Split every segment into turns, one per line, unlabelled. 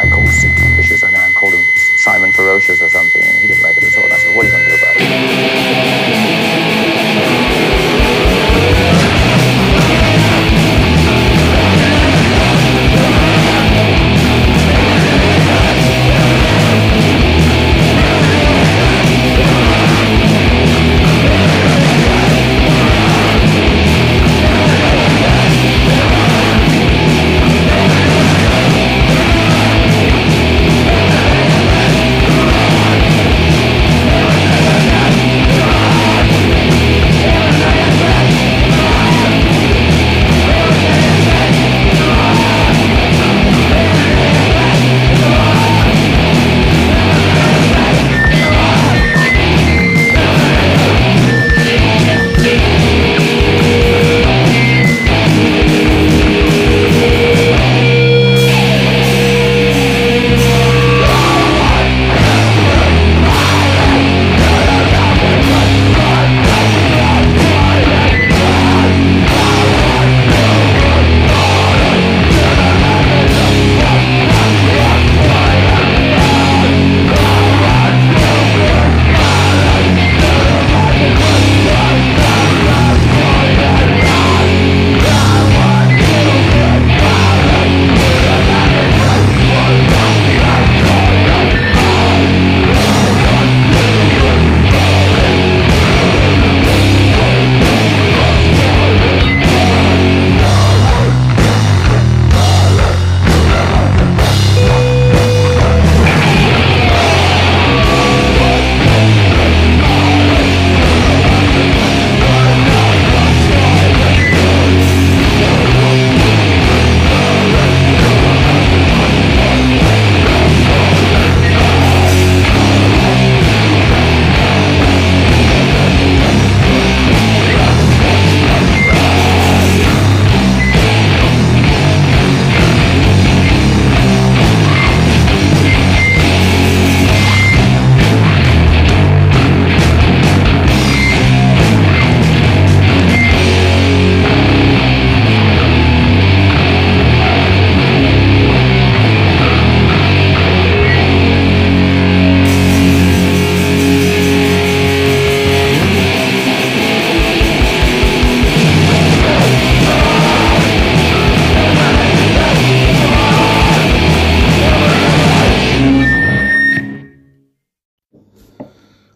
I called Sid Vicious, I now called him Simon Ferocious or something, and he didn't like it at all. And I said, What are you going to do about it?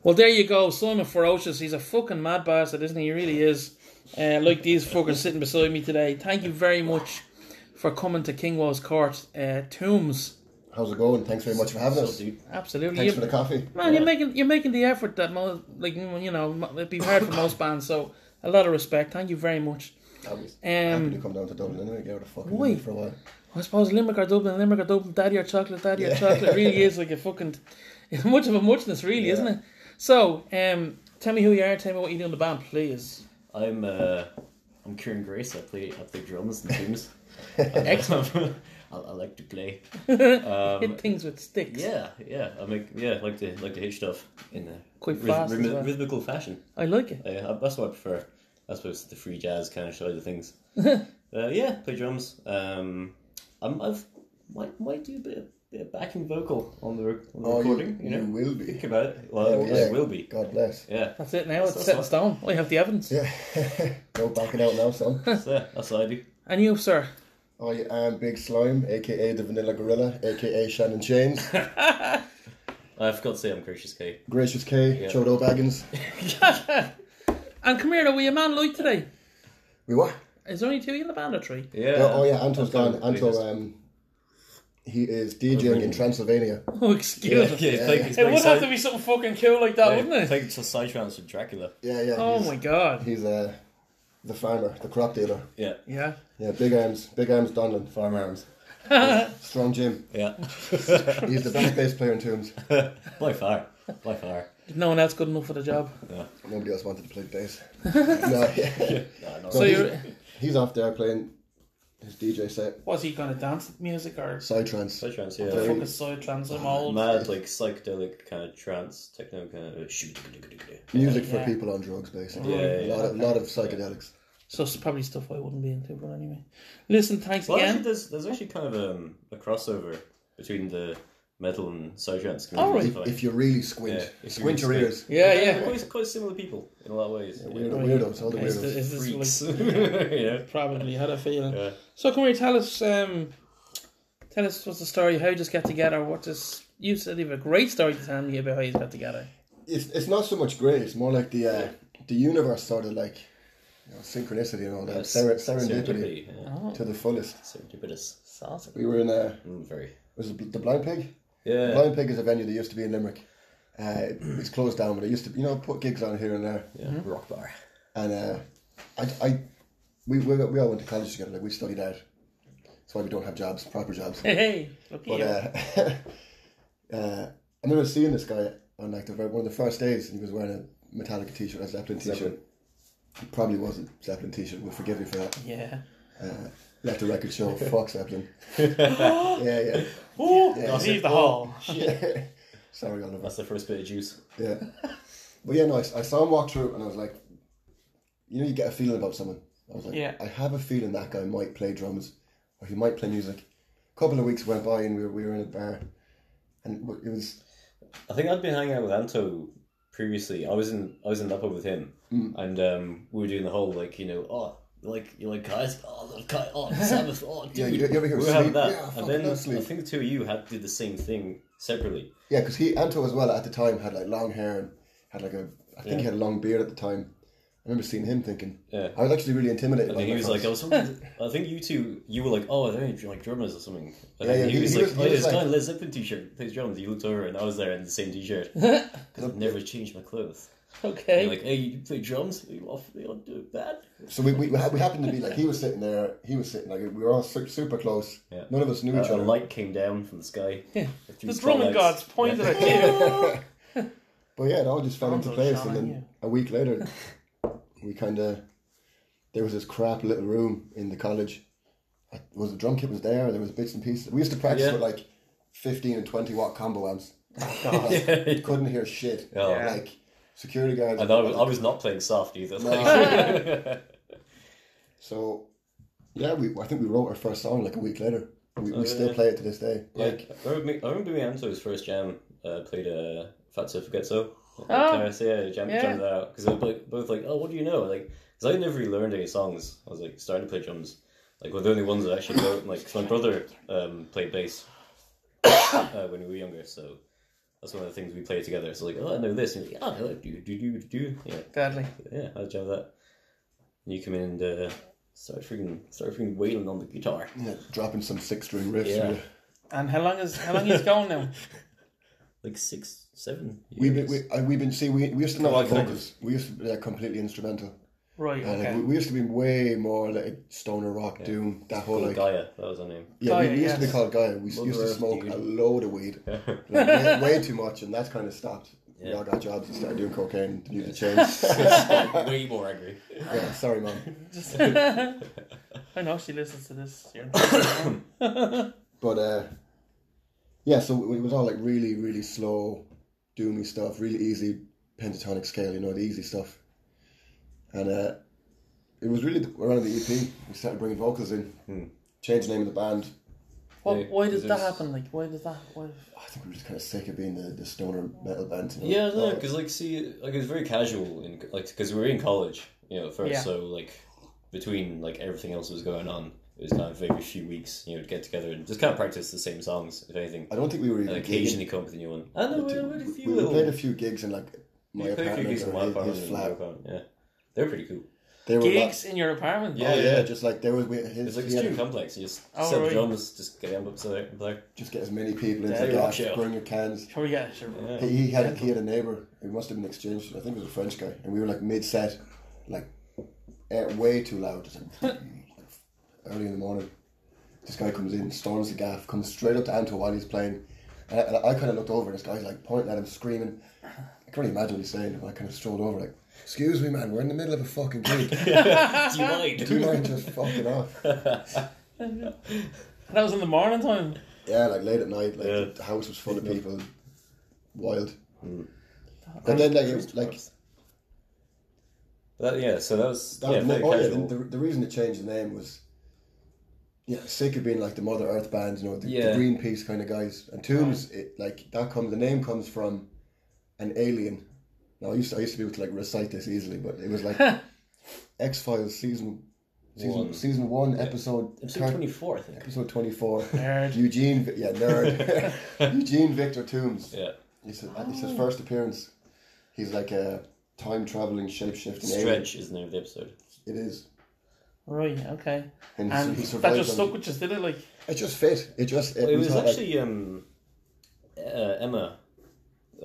Well, there you go. Simon Ferocious. He's a fucking mad bastard, isn't he? He really is. Uh, like these fuckers sitting beside me today. Thank you very much for coming to Kingwall's Court. Uh, Tombs.
How's it going? Thanks very much for having us.
Absolutely.
Thanks
You-
for the coffee.
Man, you're making you're making the effort that most like you know mo- it'd be hard for most bands. So a lot of respect. Thank you very much.
I was happy to
Um,
come down to Dublin anyway. Get out of fucking
Why?
Why? for a while.
I suppose Limerick or Dublin, Limerick or Dublin, daddy or chocolate, daddy or chocolate. It really is like a fucking it's much of a muchness, really,
Yeah.
isn't it? So, um, tell me who you are. Tell me what you do in the band, please.
I'm uh, I'm Kieran Grace. I play I play drums and tunes.
Excellent.
I, I like to play.
Hit things with sticks.
Yeah, yeah. I make yeah I like to like to hit stuff in a
Quite fast as well.
rhythmical fashion.
I like it.
Uh, that's what I prefer. I suppose the free jazz kind of side of things. uh, yeah, play drums. Um, I'm, I've might might do a bit of, bit of backing vocal on the, rec- on the
Oh, you-
recording. You, know,
you will be.
Think about it. Well,
Oh,
I will be.
God bless.
Yeah,
That's it now. It's
That's
set in
what-
stone. I have the evidence.
Yeah. no backing out now, son.
so, yeah, that's what I do.
And you, sir.
I am Big Slime, aka the Vanilla Gorilla, aka Shannon Chains,
I forgot to say I'm Gracious K.
Gracious K,
Yeah.
Chodo Baggins.
And come here, are we a man like today?
We what?
Is there only two of you in the band or three?
Yeah.
oh, oh yeah, Anto's
Anton,
gone. Anto,
please.
um, he is DJing in Transylvania.
Oh, excuse me.
Yeah, it's like, it's
It
like
would
side,
have to be something fucking cool like that, wouldn't it?
It's like just sidetrans with Dracula.
Yeah, yeah.
oh
he's,
my god.
He's uh, the farmer, the crop dealer.
Yeah.
Yeah.
Yeah, big arms, big arms, Donlan, farm arms. Strong Jim.
Yeah,
He's the best bass player in Tombs.
by far, by far.
No one else good enough for the job.
Nobody else wanted to play bass. no, yeah.
No, no,
So
he's-
you're,
He's off there playing his DJ set.
what's he kind of dance music or
Psytrance.
by chance,
the
yeah.
fuck is side trance? I'm old.
Mad like psychedelic kind of trance techno kind of uh, shoot.
Music
Yeah.
for people on drugs, basically.
Yeah,
a lot, of, lot of psychedelics.
So it's probably stuff I wouldn't be into, but anyway. Listen, thanks
Well, actually,
again.
there's there's actually kind of um, a crossover between the metal and psytrance communities.
Oh, right.
I
If,
find.
if you really squint,
Yeah, if you
squint your
really
ears.
Yeah,
They're
yeah.
quite, quite similar people in a lot of ways. Yeah,
Weirdo, weirdos, all the
Is,
weirdos.
is this
Freaks.
like,
you know?
probably had a feeling.
Yeah.
So come here, tell us, um, tell us what's the story, how you just got together, what this. You said you have a great story to tell me about how you got together.
It's, it's not so much great, it's more like the uh, the universe sort of like you know, synchronicity and all that. Ser- serendipity
Serendipity. Yeah.
Oh.
to the fullest.
Serendipitous.
We were in a.
Mm, very.
Was it the Blind Pig?
Yeah.
The Blind Pig is a venue that used to be in Limerick. Uh, it's closed down, but it used to, you know, put gigs on here and there.
yeah.
Mm-hmm.
Rock bar.
And uh, I, I, we, we, we all went to college together. Like we studied out. That's why we don't have jobs, proper jobs.
Hey, hey, look at
But
you.
uh, uh, I remember seeing this guy on like the very, one of the first days, and he was wearing a Metallica t-shirt, a Zeppelin t-shirt.
Zeppelin.
He probably wasn't Zeppelin t-shirt. We'll forgive you for that.
yeah.
Uh, let the record show. Fuck Zeppelin. yeah, yeah.
Oh,
leave
the hall.
Sorry, Oliver.
That's the first bit of juice.
Yeah. But yeah, no, I, I saw him walk through, and I was like, you know, you get a feeling about someone. I was like,
Yeah.
I have a feeling that guy might play drums, or he might play music. A couple of weeks went by, and we were, we were in a bar, and w- it was
I think I'd been hanging out with Anto previously. I was in I was in Lapo with him,
Mm.
and um, we were doing the whole like you know oh like you like guys oh look, guy oh Sabbath oh dude
Yeah, you- you ever hear
we were having
sleep?
that,
Yeah, fuck
and then
that
I
sleep.
think the two of you had did the same thing separately.
yeah, because he Anto as well at the time had like long hair and had like a I think he had a long beard at the time. I remember seeing him thinking,
Yeah.
I was actually really intimidated.
And
by
he
him
was
at
like, I
first.
was. Wondering, I think you two, you were like, oh, are there any like drummers or something?
Yeah,
And then
yeah,
he,
he-
was
he
like,
was- he
yeah,
was
this guy
like-
in Led Zeppelin t-shirt plays drums. He looked over and I was there in the same t-shirt because I've never changed my clothes.
Okay.
And like, hey, you play drums? Are you off? Are you do it bad?
so we, we we ha- we happened to be like he was sitting there, he was sitting like we were all su- super close.
Yeah.
None of us knew
Uh,
each
a
other.
light came down from the sky.
the drumming gods pointed at you.
But yeah, it all just fell into
Consoles
place,
shine,
and then a week later, we kind of there was this crap little room in the college. It was the drum kit was there. There was bits and pieces. We used to practice
Yeah.
with like fifteen and twenty watt combo amps.
Yeah.
Couldn't hear shit.
Oh. Yeah.
Like security guards.
And I was, I was not playing soft either. Like,
So yeah, we I think we wrote our first song like a week later. We,
Oh,
we still play it to this day. Like
like, I remember, me- I remember me and Anto's first jam uh, played uh, Fatso Forget So.
Ah.
yeah, jam,
Yeah.
jammed out because I was like, both like, oh, what do you know? Like, because I never really learned any songs. I was like starting to play drums. Like, we're the only ones that actually know. Like, 'cause my brother um, played bass uh, when we were younger, so that's one of the things we played together. So like, oh, I know this. And he's like, oh, I like do do do do. Yeah,
Deadly.
yeah, I jam that. And you come in and uh, start freaking start freaking wailing on the guitar.
yeah, dropping some six string riffs.
Yeah.
We-
And how long is how long is going now?
Like six, seven.
We've been,
years.
we, uh, we've been see we, we used to know
Well,
the
kind of.
vocals. We used to be like, completely instrumental.
Right.
Uh,
And, like,
Okay.
we, we used to be way more like stoner rock, doom, that whole like.
Gaia, that was her name.
Yeah, we, we used to
Gaia,
be called Gaia. We s- used to
Mother
smoke
Earth,
a
dude.
load of weed, like, way, way too much, and that kind of stopped. We
Yeah.
all got jobs and started doing cocaine. The music changed.
Way more angry.
yeah, sorry, mom.
I know she listens to this. Here.
But uh, yeah, so it was all like really, really slow, doomy stuff, really easy pentatonic scale, you know, the easy stuff. And uh, it was really the- around the EP. We started bringing vocals in,
Hmm.
changed the name of the band.
What,
Yeah,
why
is
does that
this-
happen? Like, why does that? Why?
I think we were just kind of sick of being the, the stoner metal band. You know?
Yeah, no,
Oh,
because like, see, like it was very casual in like because we were in college, you know, at first.
Yeah.
So like between like everything else that was going on, it was kind of every few weeks, you know, to get together and just kind of practice the same songs, if anything.
I don't think we were even
And occasionally come up with a new one. I know we had a
We,
few
we
little.
played a few gigs in like my
we played a few
apartment
gigs in my
or his-
apartment,
his
and my
flat.
apartment. Yeah, they were pretty cool.
They were
Gigs in your apartment?
Like,
Yeah.
oh yeah, just like there was we, his,
It's like a
he had-
student complex. You just
Oh,
set
right.
the drums, just get the amp up so there, there.
just get as many people into
Yeah,
the
rock
gas,
show.
bring your cans.
Sure. Yeah. Sure.
Yeah.
He, he had he had a neighbor. He must have been exchange. I think it was a French guy, and we were like mid set, like eh, way too loud, just like, early in the morning. This guy comes in, storms the gaff, comes straight up to Anto while he's playing. And I, and I kind of looked over, and this guy's like pointing at him, screaming. I can't really imagine what he's saying. And I kind of strolled over, like, Excuse me, man, we're in the middle of a fucking gig.
Do you mind?
Do you mind just fucking off?
That was in the morning time.
Yeah, like late at night, like
Yeah. Mm.
the house was full of people, wild. And then like it was like
That, yeah, so that was
that
yeah,
was
very
more- oh, yeah,
casual.
the, the reason to change the name was yeah, sick of being like the Mother Earth band, you know, the,
Yeah.
the Greenpeace kind of guys. And Tombs, it, like that comes the name comes from an alien. Now I used to, I used to be able to like recite this easily, but it was like X Files season season
One.
season one episode
Episode twenty four, I think.
episode twenty four.
Nerd.
Eugene, Vi- yeah, nerd. Eugene Victor Toombs.
Yeah,
It's, his- it's his first appearance. He's like a time traveling shapeshifting alien.
Stretch is the name of the episode.
It is,
Right, okay.
and,
And
he, he
that
survives.
just
on-
stuck with us, did it? Like,
It just fit. It just it,
It
was,
was
not like,
actually um, uh, Emma,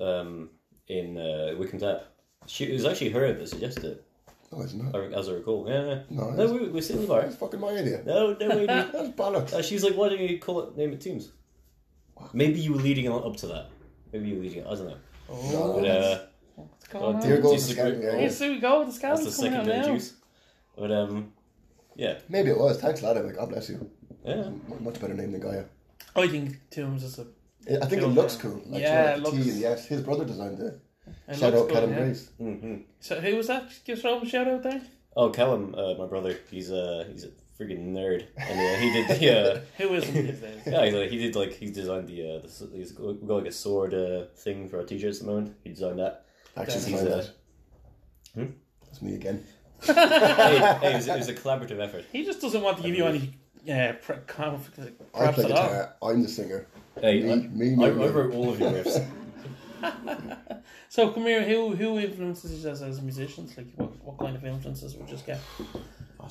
um, in uh, Wickham Tap. She it was actually her that suggested it,
oh, it's not.
I re- as I recall. Yeah, yeah.
No,
no,
it's-
we, we're sitting in the bar.
That's fucking my idea.
No, no, we didn't.
That's bollocks.
uh, she's like, why don't you call it name it Tombs? Maybe you were leading up to that. Maybe you were leading. I don't know.
No,
But,
no,
uh,
what's going
God,
on?
Oh, Here goes
it's
the
a great-
scouting area.
Here, see, we go. The
that's the
scouting's coming out
secondary
now.
juice. But um, yeah,
Maybe it was. Thanks, lad. God bless you.
yeah.
M- Much better name than Gaia.
I think Tombs is a.
I- I think it
Cool,
looks
yeah.
cool. Like,
Yeah, it
you know, like the
looks-
T and the S. His brother designed it.
it
Shout out
looks good,
Callum
yeah.
Grace.
hmm
So who was that? Give yourself a shout out there.
Oh, Callum, uh, my brother, he's uh, he's a freaking nerd, and uh, he did the uh,
Who isn't these days?
yeah, he's like, he did like he designed the uh, the s- he's got got, like a sword uh, thing for our t-shirts at the moment. He designed that.
Actually,
That's-
designed
he's,
that. That's me again.
hey, hey, it was, it was a collaborative effort.
He just doesn't want to give you any uh, pre- conf-
I
props
play
at all.
guitar. I'm the singer.
Hey,
Me,
I,
me,
I,
me,
I
me.
wrote all of your riffs.
So come here. Who who influences you as, as musicians? Like what, what kind of influences would you just get?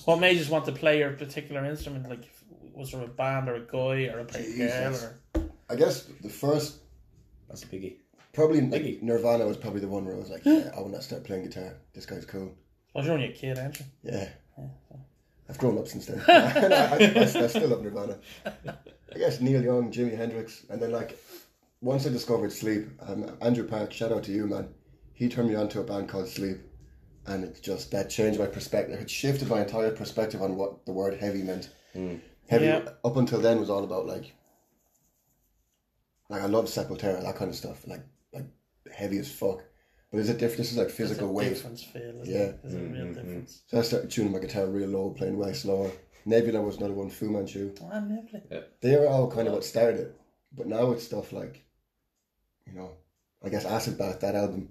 What made you just want to play your particular instrument? Like if- was there a band or a guy or a girl?
Jesus.
Or...
I guess the first
That's a biggie.
Probably like,
Biggie.
Nirvana was probably the one where I was like,
Hmm?
yeah, I want to start playing guitar. This guy's cool.
Well, you're only a kid, aren't you?
Yeah. I've grown up since then. And I, I, I still love Nirvana. I guess Neil Young, Jimi Hendrix, and then like once I discovered Sleep, um, Andrew Park, shout out to you, man. He turned me on to a band called Sleep, and it just that changed my perspective. It shifted my entire perspective on what the word heavy meant. Heavy
Yeah.
up until then was all about like, like I love Sepultura, that kind of stuff, like like heavy as fuck. But there's a difference. This is like
There's
physical
a
weight.
difference, Phil. Isn't
Yeah. Mm-hmm.
It? There's a real difference.
So I started tuning my guitar real low, playing way slower. Nebula was another one, Fu Manchu.
Oh, lovely.
They are all kind of what started it. But now it's stuff like, you know, I guess Acid Bath, that album.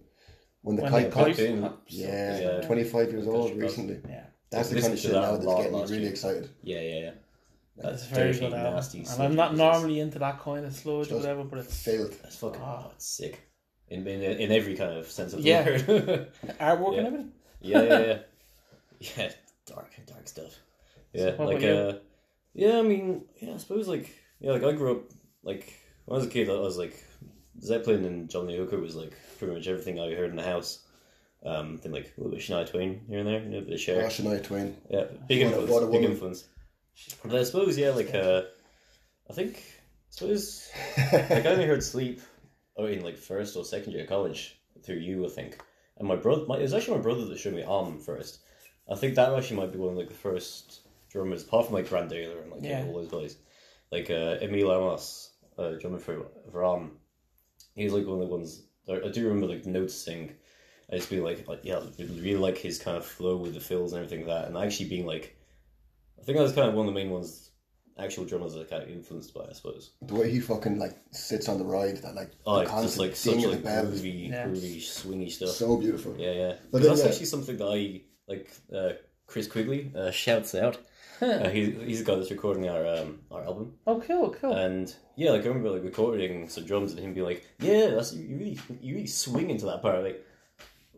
When the
When
kite
the
popped.
Pipe-
Pipe in.
Yeah,
Yeah.
25 years old
Culture
recently.
Yeah.
That's the
Listen
kind of
to
shit
that
now
a
that's
lot
getting me
last
really
year.
excited.
Yeah, yeah, yeah.
That's very
dirty,
good album.
nasty,
and
sludgy
I'm Ah. not
business.
normally into that kind of sludge or whatever, but it's
Failed.
That's fucking oh, it's sick. In, in in every kind of sense of the
Yeah.
word.
artwork and
Yeah.
everything.
yeah, yeah, yeah. Yeah, dark, dark stuff. Yeah,
what about
like,
you?
uh, yeah, I mean, yeah, I suppose, like, yeah, like, I grew up, like, when I was a kid, I was like, Zeppelin and Johnny Hooker was, like, pretty much everything I heard in the house. Um, then, like, a little bit of Shania Twain here and there, you know, a bit of Cher.
Yeah. Shania Twain.
Yeah, big
What a-
influence.
what a
big
woman.
influence. But I suppose, yeah, like, uh, I think, I suppose, like, I only heard Sleep, oh, in like first or second year of college through you, I think. And my brother, my, it was actually my brother that showed me Arm first. I think that actually might be one of like the first drummers, apart from like Grand Daler and like
Yeah.
all those guys, like uh, Emil Amos, uh, drummer for for Arm. He's like one of the ones I I do remember like noticing. I just being like, like, yeah, I really like his kind of flow with the fills and everything like that, and actually being like, I think that was kind of one of the main ones. Actual drummers that I kind of influenced by, I suppose.
The way he fucking like sits on the ride, that like
Oh,
the
like, just
constant
like such
ding of the
like
bell is
groovy,
Yeah.
groovy, swingy stuff.
so beautiful.
Yeah, yeah.
But
'Cause
then,
that's
yeah.
actually something that I like. Uh, Chris Quigley uh, shouts out. uh, he, he's the guy that's recording our um, our album,
Oh, cool, cool.
and yeah, like I remember like recording some drums and him being like, "Yeah, that's you really you really swing into that part." Like,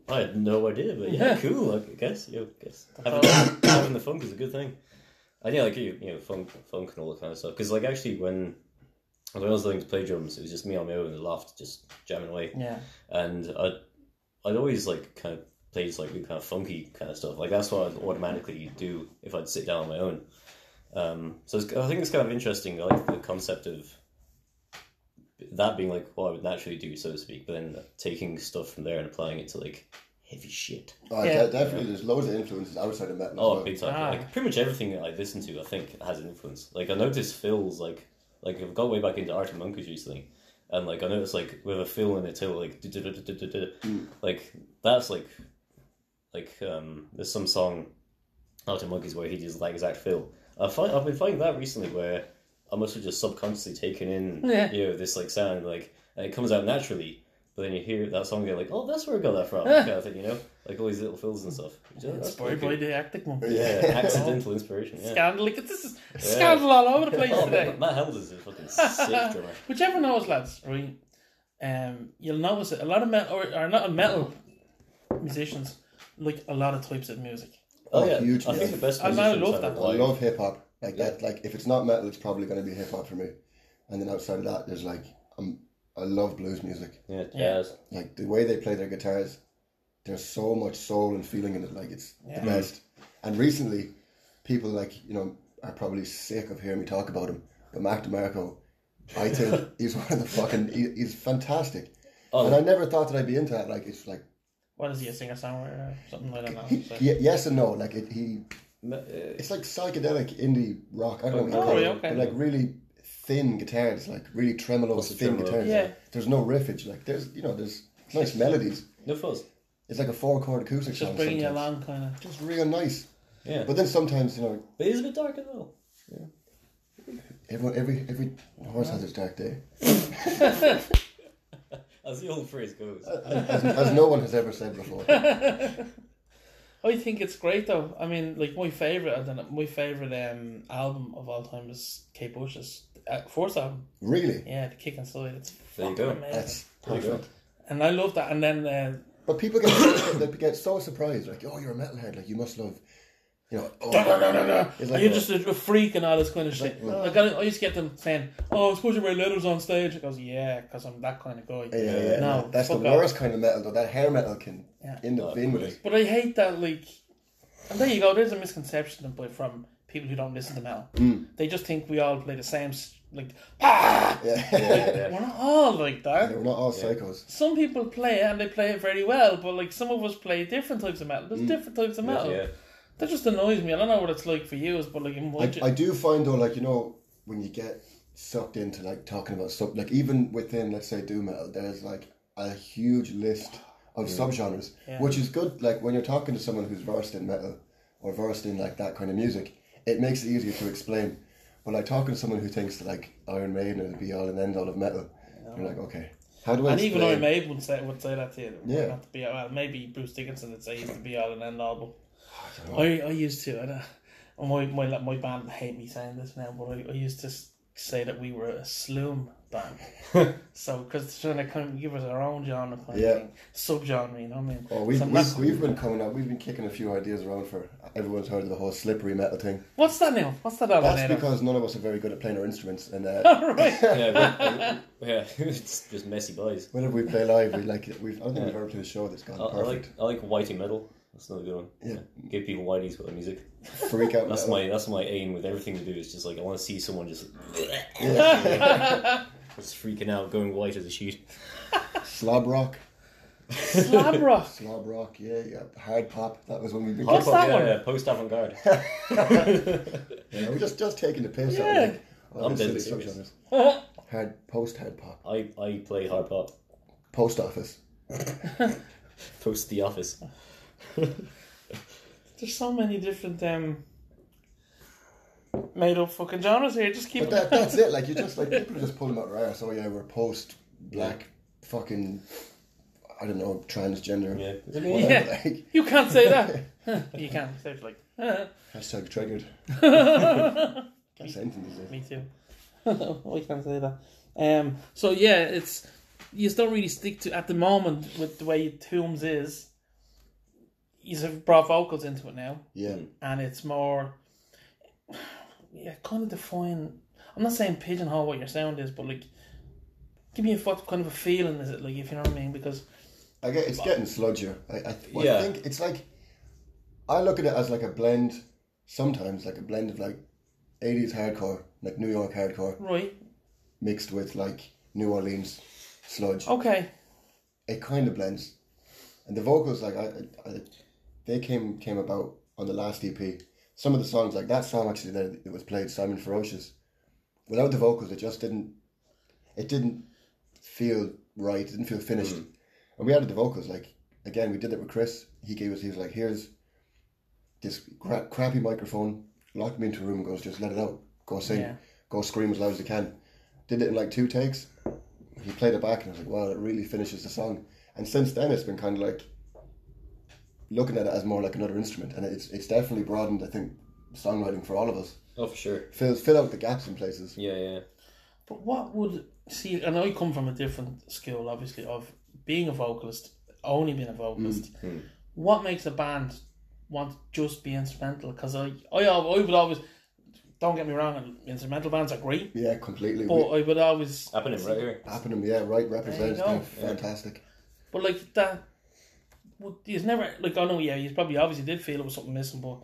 I had no idea, but yeah,
Yeah.
cool. I guess yeah, I guess having, having the funk is a good thing. And yeah, like you, you know, funk, funk, and all that kind of stuff. Because like actually, when when I was learning to play drums, it was just me on my own in the loft, just jamming away
yeah.
and I'd, I'd always like kind of played like really kind of funky kind of stuff. Like that's what I'd automatically do if I'd sit down on my own. Um, so it's, I think it's kind of interesting. I like the concept of that being like what I would naturally do, so to speak, but then taking stuff from there and applying it to like heavy shit.
Oh,
Yeah.
de- definitely. There's loads of influences outside of metal.
Oh,
as well.
big time!
Ah.
Like pretty much everything that I listen to, I think has an influence. Like I noticed Phil's like like I've got way back into Art and Monkeys recently, and like I noticed like with a Phil and a Till like duh, duh, duh, duh, duh, duh, duh.
Hmm.
like that's like like um there's some song Art and Monkeys where he does that exact Phil. I find I've been finding that recently where I must have just subconsciously taken in
Yeah.
you know this like sound like and it comes out naturally. But then you hear that song, and you're like, "Oh, that's where I got that from," kind of thing, you know, like all these little fills and stuff. Yeah, that's
Inspired
pretty
by
cool.
the Arctic Monkeys.
Yeah, accidental inspiration. Yeah.
Scandal. Look at this is scandal all over the place
Oh,
today.
Matt, Matt Helms is a fucking sick drummer.
Whichever knows, lads, right? Um, you'll notice that a lot of metal, or, or not metal musicians, like a lot of types of music.
Oh,
Oh,
yeah,
huge
I
man.
think the best
I love
musicians
that.
I
ever alive.
love hip hop. Like that. Like if it's not metal, it's probably going to be hip hop for me. And then outside of that, there's like um, I love blues music.
Yeah, jazz.
Like the way they play their guitars, there's so much soul and feeling in it. Like it's the best. And recently, people like you know are probably sick of hearing me talk about him. But Mac DeMarco, I think he's one of the fucking. He, he's fantastic.
Oh.
And I never thought that I'd be into that. Like it's like
What is he, a singer songwriter or something like that? Now,
he,
so.
ye- yes and no. Like it, he
Ma- uh,
It's like psychedelic indie rock. I don't know.
Oh,
what you
yeah,
call it,
okay.
But like really thin guitars, like really tremolo
the
thin
tremolo?
guitars.
Yeah.
Like, there's no riffage. Like there's you know there's nice melodies.
No fuzz.
It's like a four chord acoustic
Just
song.
bringing you along,
sometimes.
kind of.
Just real nice.
Yeah,
But then sometimes you know
but it is a bit dark as well.
everyone every every horse has its dark day,
As the old phrase goes.
as, as no one has ever said before.
I think it's great though. I mean, like my favorite, I don't know, my favorite um album of all time is Kate Bush's uh, fourth album.
Really,
Yeah, The Kick and Slide. It's
There
fucking
you go.
amazing.
that's
There you go.
perfect.
And I love that. And then uh,
But people get so, they get so surprised. Like oh, you're a metalhead. Like you must love. You know, oh, It's like,
you're just a, a freak and all this kind of shit.
Like,
Like, I, I used to get them saying, "Oh, I suppose you wear letters on stage." It goes, "Yeah, because I'm that kind of guy."
yeah, yeah, yeah.
No,
that's the
fuck off.
worst kind of metal. Though that hair metal can
Yeah.
end up
Oh,
being with
really?
it.
But I hate that. Like, and there you go. There's a misconception about from people who don't listen to metal. They just think we all play the same. s- Like, ah,
Yeah,
we're
yeah.
not all like that.
Yeah, we're not all psychos.
Some people play it and they play it very well, but like some of us play different types of metal. There's different types of metal.
yeah.
That just annoys me. I don't know what it's like for you, but like in my
I, I do find though, like you know, when you get sucked into like talking about sub, like even within let's say doom metal, there's like a huge list of subgenres, which is good. Like when you're talking to someone who's versed in metal or versed in like that kind of music, it makes it easier to explain. But like talking to someone who thinks that, like Iron Maiden are the be all and end all of metal, you're like, okay, how do I?
and even
explain-
Iron Maiden would say would say that to you.
Yeah.
Not to be well, maybe Bruce Dickinson would say he's the be all and end all, but I, I used to. I don't, and uh, my my my band hate me saying this now, but I, I used to s- say that we were a sloom band. so because trying to kind of give us our own genre, kind
Yeah.
of thing, subgenre. You know what I mean?
Oh, we've,
So I'm
we've,
not-
we've been coming up, we've been kicking a few ideas around for everyone's heard of the whole slippery metal thing.
what's that now? What's that all
That's
about?
because none of us are very good at playing our instruments, and uh,
right.
Yeah, we- we- yeah. it's just messy boys.
whenever we play live, we like it. We've I don't think we've ever played a show that's gone
Oh, I, I like
perfect.
I like whitey metal. That's another good one.
Yeah.
Give people whiteys with the music.
Freak out.
That's
metal.
my that's my aim with everything we do. Is just like I want to see someone just just freaking out, going white as a sheet.
slab rock.
Slab rock.
Slab rock. Yeah, yeah. Hard pop. That was when we been.
What's that
yeah,
one?
Yeah, post avant garde.
Yeah, we're just just taking the piss
Yeah.
out. Of, like, oh, all
I'm
the
deadly
silly
serious.
subgenres. Hard post hard pop.
I, I play hard pop.
Post office.
Post the office.
There's so many different um, made up fucking genres here. Just keep
But that, that's it. Like you just like people just pull them out right. So Oh, yeah, we're post black fucking. I don't know transgender.
Yeah.
Whatever, like,
You can't say that. you can't say it like
hashtag triggered. Can't say anything these days.
me too. I can't say that. Um. So yeah, it's you just don't really stick to at the moment with the way Tombs is. You have brought vocals into it now,
Yeah.
and it's more. Yeah, kind of define. I'm not saying pigeonhole what your sound is, but like, give me a what kind of a feeling is it like if you know what I mean? Because
I get it's getting sludgier. I, I, th- well, I
Yeah.
think it's like I look at it as like a blend. Sometimes like a blend of like eighties hardcore, like New York hardcore,
Right.
mixed with like New Orleans sludge.
Okay.
It kind of blends, and the vocals like I, I, I they came came about on the last EP. Some of the songs like that song actually that it was played Simon Ferocious, without the vocals it just didn't, it didn't feel right. It didn't feel finished, and we added the vocals like again we did it with Chris. He gave us he was like here's this cra- crappy microphone, locked me into a room, and goes just let it out, go sing,
Yeah.
go scream as loud as you can. Did it in like two takes. He played it back and I was like, wow, it really finishes the song. And since then it's been kind of like looking at it as more like another instrument, and it's it's definitely broadened. I think songwriting for all of us
Oh, for sure.
fill fill out the gaps in places.
Yeah, yeah.
But what would see? And I come from a different school, obviously, of being a vocalist, only being a vocalist. What makes a band want to just be instrumental? Because I, I, al- I would always. Don't get me wrong, instrumental bands are great,
Yeah, completely.
but I would always.
Happening right here.
Happening, yeah, right. Represents
Oh. There you go.
fantastic.
But like that, would- he's never like I know. Yeah, he's probably obviously did feel it was something missing, but.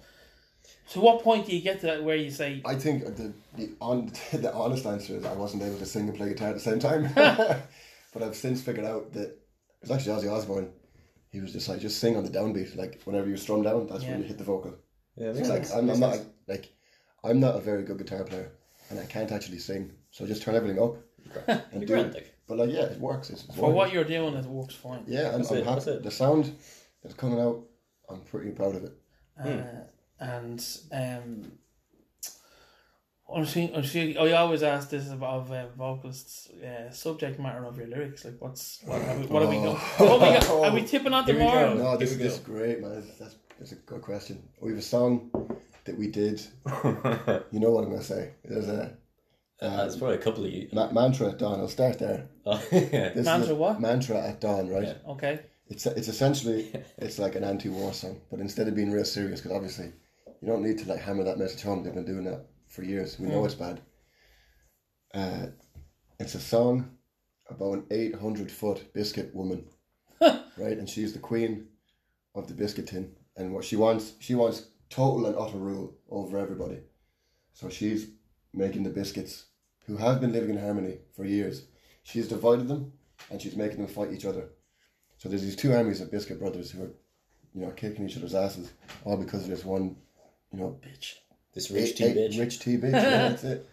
So what point do you get to that where you say
I think the the, on, the honest answer is I wasn't able to sing and play guitar at the same time. but I've since figured out that it was actually Ozzy Osbourne. He was just like just sing on the downbeat, like whenever you're strummed down, that's
Yeah.
when you hit the vocal.
Yeah,
It's like I'm, I'm not like I'm not a very good guitar player, and I can't actually sing, so I just turn everything up and do
grand,
it.
like.
But like, yeah, it works. It's, it's
for
working.
what you're doing it works fine?
Yeah, I'm,
That's
I'm
it, that's
happy.
it.
The sound that's coming out, I'm pretty proud of it.
Hmm.
Uh, and um, I'm seeing, I'm seeing, I always ask this about uh, vocalists, uh, subject matter of your lyrics. Like, what's what are we, what are we going? What are we, go- are we tipping on
Here we
tomorrow?
go.
No, this,
Here we
this is
go.
great, man. That's, that's, that's a good question. We have a song that we did.
uh,
You know what I'm gonna say? There's a uh,
there's Uh, probably a couple of you.
ma- mantra at dawn. I'll start there.
Oh, yeah.
This is
Mantra
a
what?
Mantra at dawn, right?
Yeah.
Okay,
It's it's essentially it's like an anti-war song, but instead of being real serious, because obviously you don't need to like hammer that message home. They've been doing that for years. We know it's bad. Uh, it's a song about an eight hundred foot biscuit woman, right? And she's the queen of the biscuit tin, and what she wants she wants total and utter rule over everybody. So she's making the biscuits, who have been living in harmony for years. She's divided them, and she's making them fight each other. So there's these two armies of biscuit brothers who are, you know, kicking each other's asses, all because of this one, you know,
bitch.
This rich
eight-
tea
eight-
bitch.
Rich tea bitch. yeah, that's it.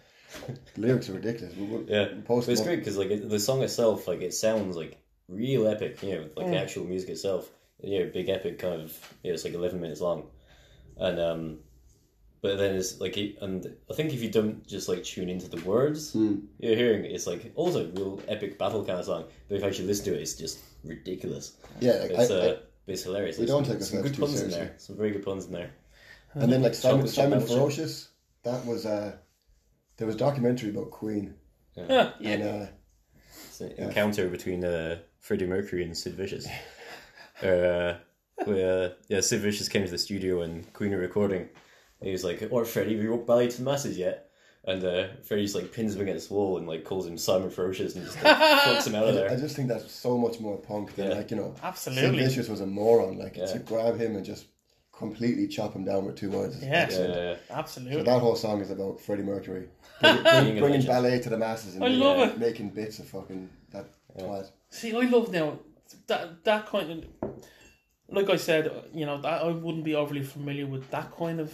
The lyrics are ridiculous. We, we,
Yeah,
we
but
post
it's
them
great because like it, the song itself, like it sounds like real epic, you know, like the actual music itself, you know, big epic kind of. You know, it's like eleven minutes long, and um, but then it's like, it, and I think if you don't just like tune into the words
Hmm.
you're hearing, it's like also a real epic battle kind of song. But if you actually listen to it, it's just ridiculous.
up. Yeah, like,
It's
I-
uh, it's hilarious. We
don't take
some
ourselves
good
too
puns in
seriously.
there. Some very good puns in there.
I- and then like Simon,
Chocolate chip
Simon
battleship.
Ferocious. That was uh, there was a documentary about Queen,
Huh, yeah.
and uh,
It's an encounter between uh, Freddie Mercury and Sid Vicious. uh, where, yeah, Sid Vicious came to the studio and Queen were recording. He was like, "Or Freddie, we won't ballet to the masses yet." And uh, Freddie just like pins him against the wall and like calls him Simon Ferocious and just like, fucks him out of
I
there.
just think that's so much more punk than
Yeah.
like you know.
Absolutely.
Sid Vicious was a moron. Like
Yeah.
to grab him and just completely chop him down with two words.
Yeah.
Yeah,
So
Absolutely.
that whole song is about Freddie Mercury bringing, bringing,
a
bringing
legend.
ballet to the masses and
I love it.
making bits of fucking that twat.
See, I love now that that kind of, like I said, you know, that I wouldn't be overly familiar with that kind of,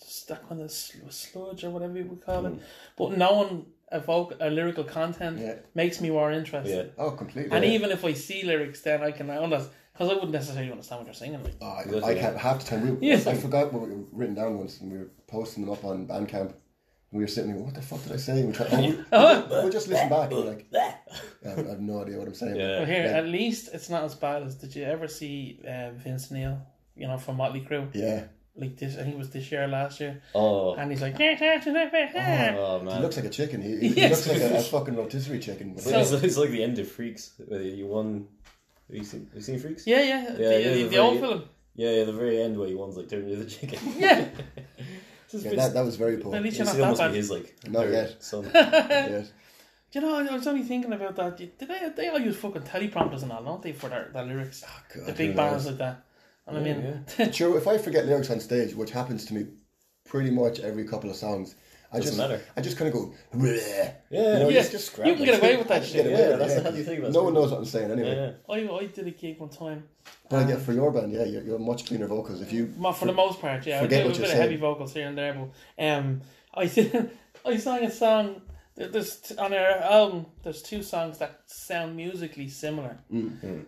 just that kind of sl- sludge or whatever you would call
Hmm.
it. But knowing a vocal, a lyrical content
Yeah.
makes me more
yeah.
interested.
Oh, completely.
And even if I see lyrics, then I can own that because I wouldn't necessarily understand what you're singing. Like,
Oh, I,
Exactly,
I can't half the time. We,
Yes.
I forgot what we were written down once, and we were posting them up on Bandcamp. And we were sitting there, what the fuck did I say? And we tried, oh, we,
Oh.
we, we just listen back. And we're like,
yeah.
"Yeah, I have no idea what I'm saying.
Yeah.
but here, at least it's not as bad as. Did you ever see uh, Vince Neil? You know, from Motley Crue,
Yeah.
like this. I think it was this year, or last year,
Oh,
and he's like, oh,
oh
He
man.
looks like a chicken. He, he
Yes.
looks like a, a fucking rotisserie chicken. But
it's, like, it's like the end of Freaks. where You won. Have you seen, have you seen Freaks?
yeah, yeah, the,
yeah,
the,
the
the old
very-
film,
Yeah, yeah, the very end where he wants like turning into the chicken.
yeah.
yeah, that, that was very poor.
At least
You
you're
see,
not
that
that
must
bad.
be his like
Not
third
yet.
son.
Yes.
Do you know, I was only thinking about that. Did they, they all use fucking teleprompters and all, don't they, for their, their lyrics?
Oh,
Ah,
God,
the
who
big
knows?
bands like that. And I mean,
Sure, if I forget lyrics on stage, which happens to me pretty much every couple of songs, I
Doesn't
just,
matter.
I just kind of go, "Bleh."
Yeah,
You know,
Yeah,
just, just
you can get away with that
get
shit.
away
Yeah,
with it,
that's the healthy thing about
No one
screaming.
knows what I'm saying anyway.
yeah.
I, I did a gig one time.
But I get for your band, yeah, you're, you're much cleaner vocals. If you
Mo- for the most part, yeah. I
forget
do a
what
bit
you're
of
saying.
heavy vocals here and there, but um, I did, I sang a song. there- There's t- on our album. There's two songs that sound musically similar.
Mm-hmm.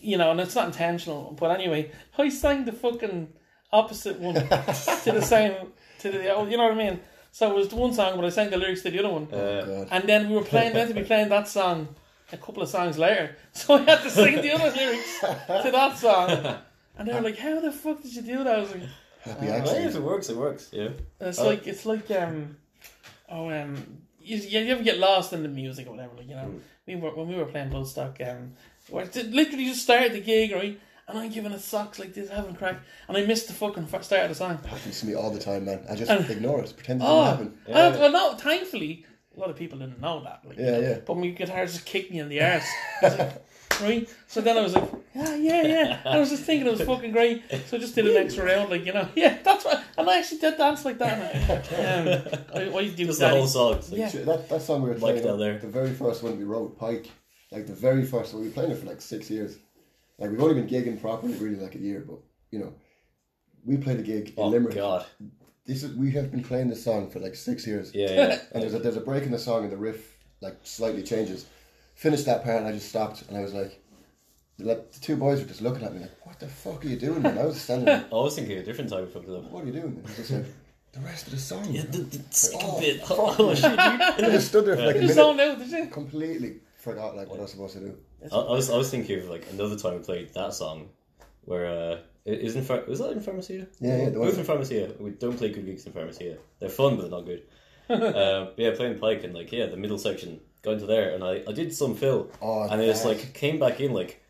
You know, and it's not intentional. But anyway, I sang the fucking opposite one to the same to the. You know what I mean? So it was one song, but I sang the lyrics to the other one.
Oh, God.
And then we were playing, meant to be playing that song a couple of songs later. So I had to sing the other lyrics to that song. And they were like, "How the fuck did you do that?" I was like,
happy
Well, yeah, if
accent,
it works, it works. Yeah.
"It's
Oh.
like it's like um, oh um, you, you you ever get lost in the music or whatever? Like you know, we were when we were playing Bloodstock, um, where it literally just started the gig, right? And I'm giving it socks like this, having a crack, and I missed the fucking first start of the song.
happens to me all the time, man. I just
And-
ignore it, pretend it
Oh,
didn't happen.
and- well, no, thankfully, a lot of people didn't know that. Like,
Yeah, yeah.
But my guitarist just kicked me in the arse. I was like, right? So then I was like, yeah, yeah, yeah. And I was just thinking it was fucking great. So I just did an extra round, like, you know. Yeah, that's what. And I actually did dance like that. Um, I, I do
Just the
that.
whole song. It's like,
Yeah.
Sure, That, that song we were
Mike
playing,
down there.
the very first one we wrote, Pike, like the very first one, we were playing it for like six years. Like we've only been gigging properly really like a year, but you know, we played a gig in
Oh
Limerick.
God.
This is we have been playing this song for like six years.
Yeah, yeah.
And there's a, there's a break in the song and the riff like slightly changes. Finished that part and I just stopped and I was like, like the two boys were just looking at me like, what the fuck are you doing? Man? I was standing there,
I was thinking a different type of fuck up.
what are you doing? And he's just like, the rest of the song. man."
The, the second
Oh,
bit. Oh, shit, dude. I,
I just stood there for like a
You
minute,
zoned out, did you?
completely forgot like what I was supposed to do.
I was I was thinking of like another time we played that song, where uh, it isn't Pharm- was that in Pharmacia?
Yeah, yeah, the one-
Both in Pharmacia. We don't play good gigs in Pharmacia. They're fun, but they're not good. uh, yeah, playing Pike and like yeah, the middle section got into there, and I, I did some fill,
Oh,
and it just
that.
like came back in like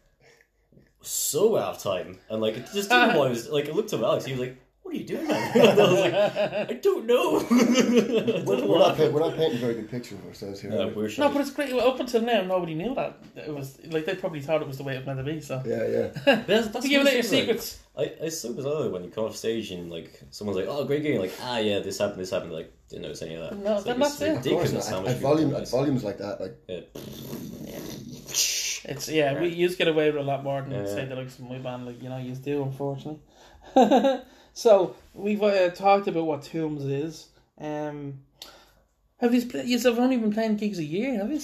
so out of time, and like it just didn't know why I was like I looked at Alex, he was like, "What are you doing?" Man? And I was like, "I don't know." I don't
We're, we're
know what
not,
happened.
paint, we're not painting a very good picture of ourselves here.
Uh,
are we?
we're
No,
shy.
but it's great. Well, Up until now, nobody knew that. It was like they probably thought it was the way it was meant to be. So
yeah, yeah.
That's, that's
you giving
what
out your
it seems like.
secrets.
I, it's so bizarre when you come off stage and like someone's like, "Oh, great game!" Like, ah, yeah, this happened, this happened. Like, didn't notice any of that.
No,
it's like,
then that's
it's
it. Of
Of course
ridiculous
not.
how
At,
much
at
people
volume, at
realize.
volumes like that, like
Yeah.
It's yeah, we you get away with a lot more than
Yeah.
say the likes of my band, like you know, you do unfortunately. so we've uh, talked about what Tombs is. Um, have you played? You've only been playing gigs a year, have you?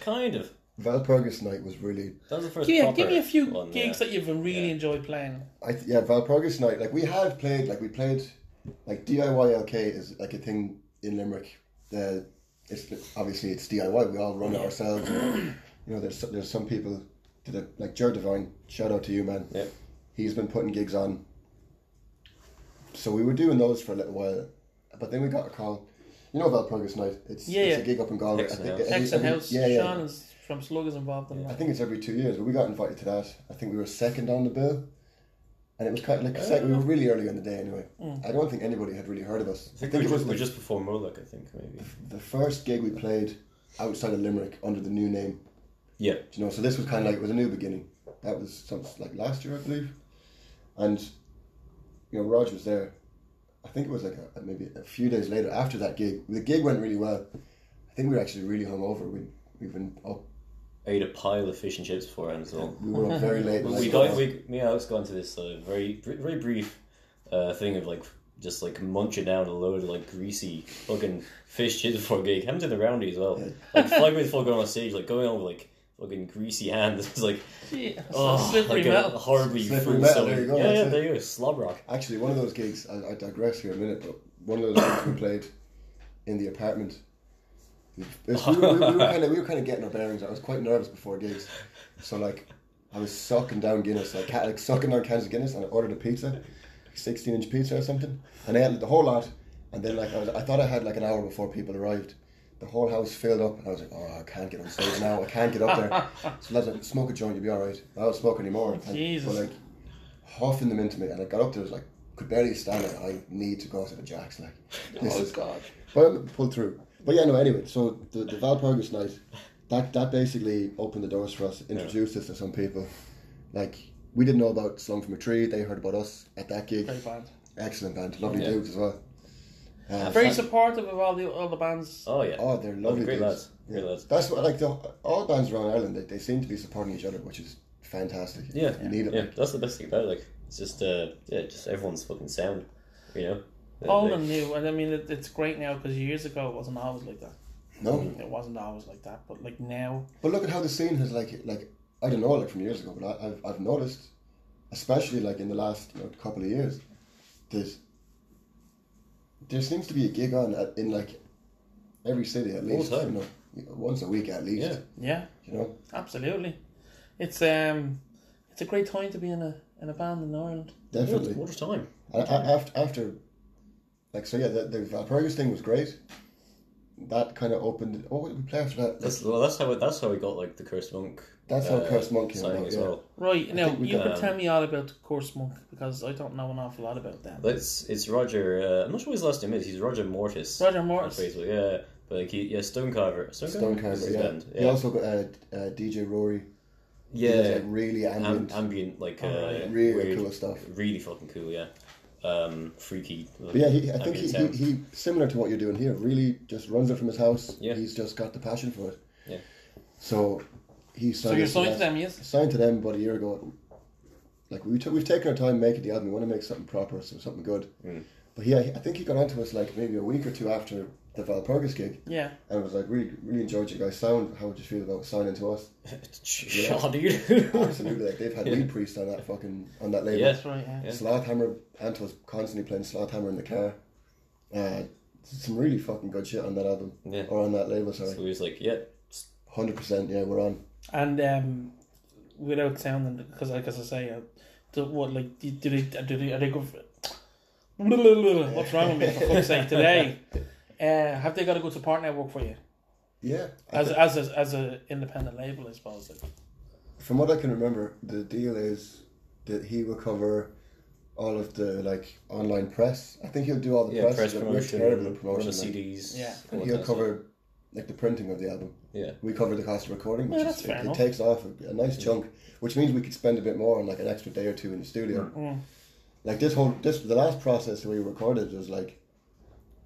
kind of.
Valpurgis night was really.
That was the first.
Yeah,
proper
give me a few
one,
gigs
yeah.
that you've really
Yeah.
enjoyed playing.
I th- yeah, Valpurgis night. Like we have played, like we played, like DIYLK is like a thing in Limerick. Uh, it's obviously it's DIY. We all run it ourselves. you know, there's so- there's some people that are- like Jer Devine. Shout out to you, man.
Yeah.
he's been putting gigs on. So we were doing those for a little while, but then we got a call. You know Valpurgis Night? It's,
Yeah,
it's
yeah.
a gig up in Galway.
Hexen
I
House.
every-
Texan
every-
House,
Yeah, yeah.
Sean is from Slug is involved in
I
that.
think it's every two years, but we got invited to that. I think we were second on the bill, and it was kind of like sec- we were really early in the day anyway. I don't think anybody had really heard of us.
I think, we,
it was
just, we
the,
just before Morlock, I think maybe.
the first gig we played outside of Limerick under the new name.
Yeah,
Do you know, so this was kind of like it was a new beginning. That was some, like last year, I believe, and you know, Roger was there. I think it was like a, maybe a few days later after that gig. The gig went really well. I think we were actually really hungover. We we've been up,
I ate a pile of fish and chips beforehand as well.
we were up very late.
we got we me and Alex got into this uh, very br- very brief uh, thing of like just like munching down a load of like greasy fucking fish chips before a gig. Happened in the roundy as well. Like five minutes before going on stage, like going on with like fucking greasy hands. It's like
Yeah, so
oh,
slippery
like a
metal.
horribly
Slippery
full
metal,
stomach.
there you go,
yeah, yeah,
that's
there you go, slob rock.
actually one of those gigs. I, I digress here a minute, but one of those gigs we played in the apartment. It was- we, were, we, were kind of, we were kind of getting our bearings. I was quite nervous before gigs, so like I was sucking down Guinness, like, ca- like sucking down cans of Guinness, and I ordered a pizza, like sixteen inch pizza or something, and I ate the whole lot. And then like I, was, I thought I had like an hour before people arrived. The whole house filled up, and I was like, "Oh, I can't get on stage now. I can't get up there." So lads, like, smoke a joint, you'll be all right. I don't smoke anymore. thank-
Jesus.
But like, huffing them into me, and I got up there, was like, could barely stand it. I need to go to the jacks, like, this is God. But I pulled through. But yeah, no. Anyway, so the the Valpurgis night, that that basically opened the doors for us, introduced us to some people, like. We didn't know about Slung from a Tree. They heard about us at that gig.
Great band.
Excellent band, lovely dudes as well. Uh,
Very
thank-
supportive of all the all the bands.
Oh yeah.
Oh, they're lovely.
great
dudes.
lads. Great lads.
That's what like the, all bands around Ireland. They, they seem to be supporting each other, which is fantastic.
Yeah.
you need it.
Yeah, that's the best thing about it. Like, it's just uh, yeah, just everyone's fucking sound, you know. Uh,
Poland
like-
knew, and I mean, it, it's great now because years ago it wasn't always like that.
Mm-hmm.
No,
It wasn't always like that, but like now,
but look at how the scene has like like I don't know like from years ago, but I, I've I've noticed, especially like in the last you know, couple of years, there's there seems to be a gig on at, in like every city at least.
time.
You know, you know, once a week at least.
Yeah.
yeah,
You know,
absolutely. It's um, it's a great time to be in a in a band in Ireland.
Yeah,
definitely.
what a time.
I, I, after, after, like, so yeah, the, the Valparaiso's thing was great. That kind of opened. Oh, what did we play after that?
That's well, that's how it, that's how we got like the cursed monk.
That's how Cursed Monk came
signing
about,
as
yeah.
well.
Right now,
we
you
got-
can tell me all about Course Monk because I don't know an awful lot about them.
That's it's Roger. Uh, I'm not sure what his last name is. He's Roger Mortis.
Roger
on
Morris.
Facebook. Yeah, but like he, yeah, Stonecarver. Stonecarver. is
Stonecarver,
his
yeah.
band.
He
Yeah,
also got uh, uh, DJ Rory. He does,
yeah.
like, really
Am-
ambient,
ambient, like uh,
Alright.
really
weird,
cool stuff.
Really fucking cool. Yeah, um, freaky.
But yeah, he, I think
ambient
he, he,
sound.
he similar to what you're doing here. Really, just runs it from his house.
Yeah.
he's just got the passion for it.
Yeah.
So he
So you're
signed.
signed to
that-
them, yes?
Signed to them about a year ago. Like we took, we've taken our time making the album. We want to make something proper, so something good.
Mm.
But yeah, I think he got onto us like maybe a week or two after the Valpurgis gig.
Yeah.
and was like, really, really enjoyed your guys' sound. How would you feel about signing to us?
Shaw, dude.
Absolutely, like they've had Weed Priest on that fucking on that label.
yeah,
That's right. Yeah.
Slothammer, Ant was constantly playing Slothammer in the car. Uh, some really fucking good shit on that album
Yeah.
or on that label.
So he
Sorry,
was like, yeah,
hundred percent. Yeah, we're on.
And um, without sounding, because like as I say, uh, do, what like do, do they do they are they good? For, what's wrong with me for fuck's sake today? Uh, have they got a good support network for you
Yeah, I
as
thi-
as a, as a independent label, I suppose. Like,
from what I can remember, the deal is that he will cover all of the like online press. I think he'll do all the
yeah,
press.
press
like,
promotion,
we're terrible at
run the
promotion. like,
CDs.
Yeah.
he'll
all that kind of stuff.
cover like the printing of the album.
Yeah,
we cover the cost of recording, which
Yeah,
is,
that's fair
it, it
enough.
takes off a, a nice chunk, which means we could spend a bit more on like an extra day or two in the studio.
Mm.
Like this whole this the last process we recorded was like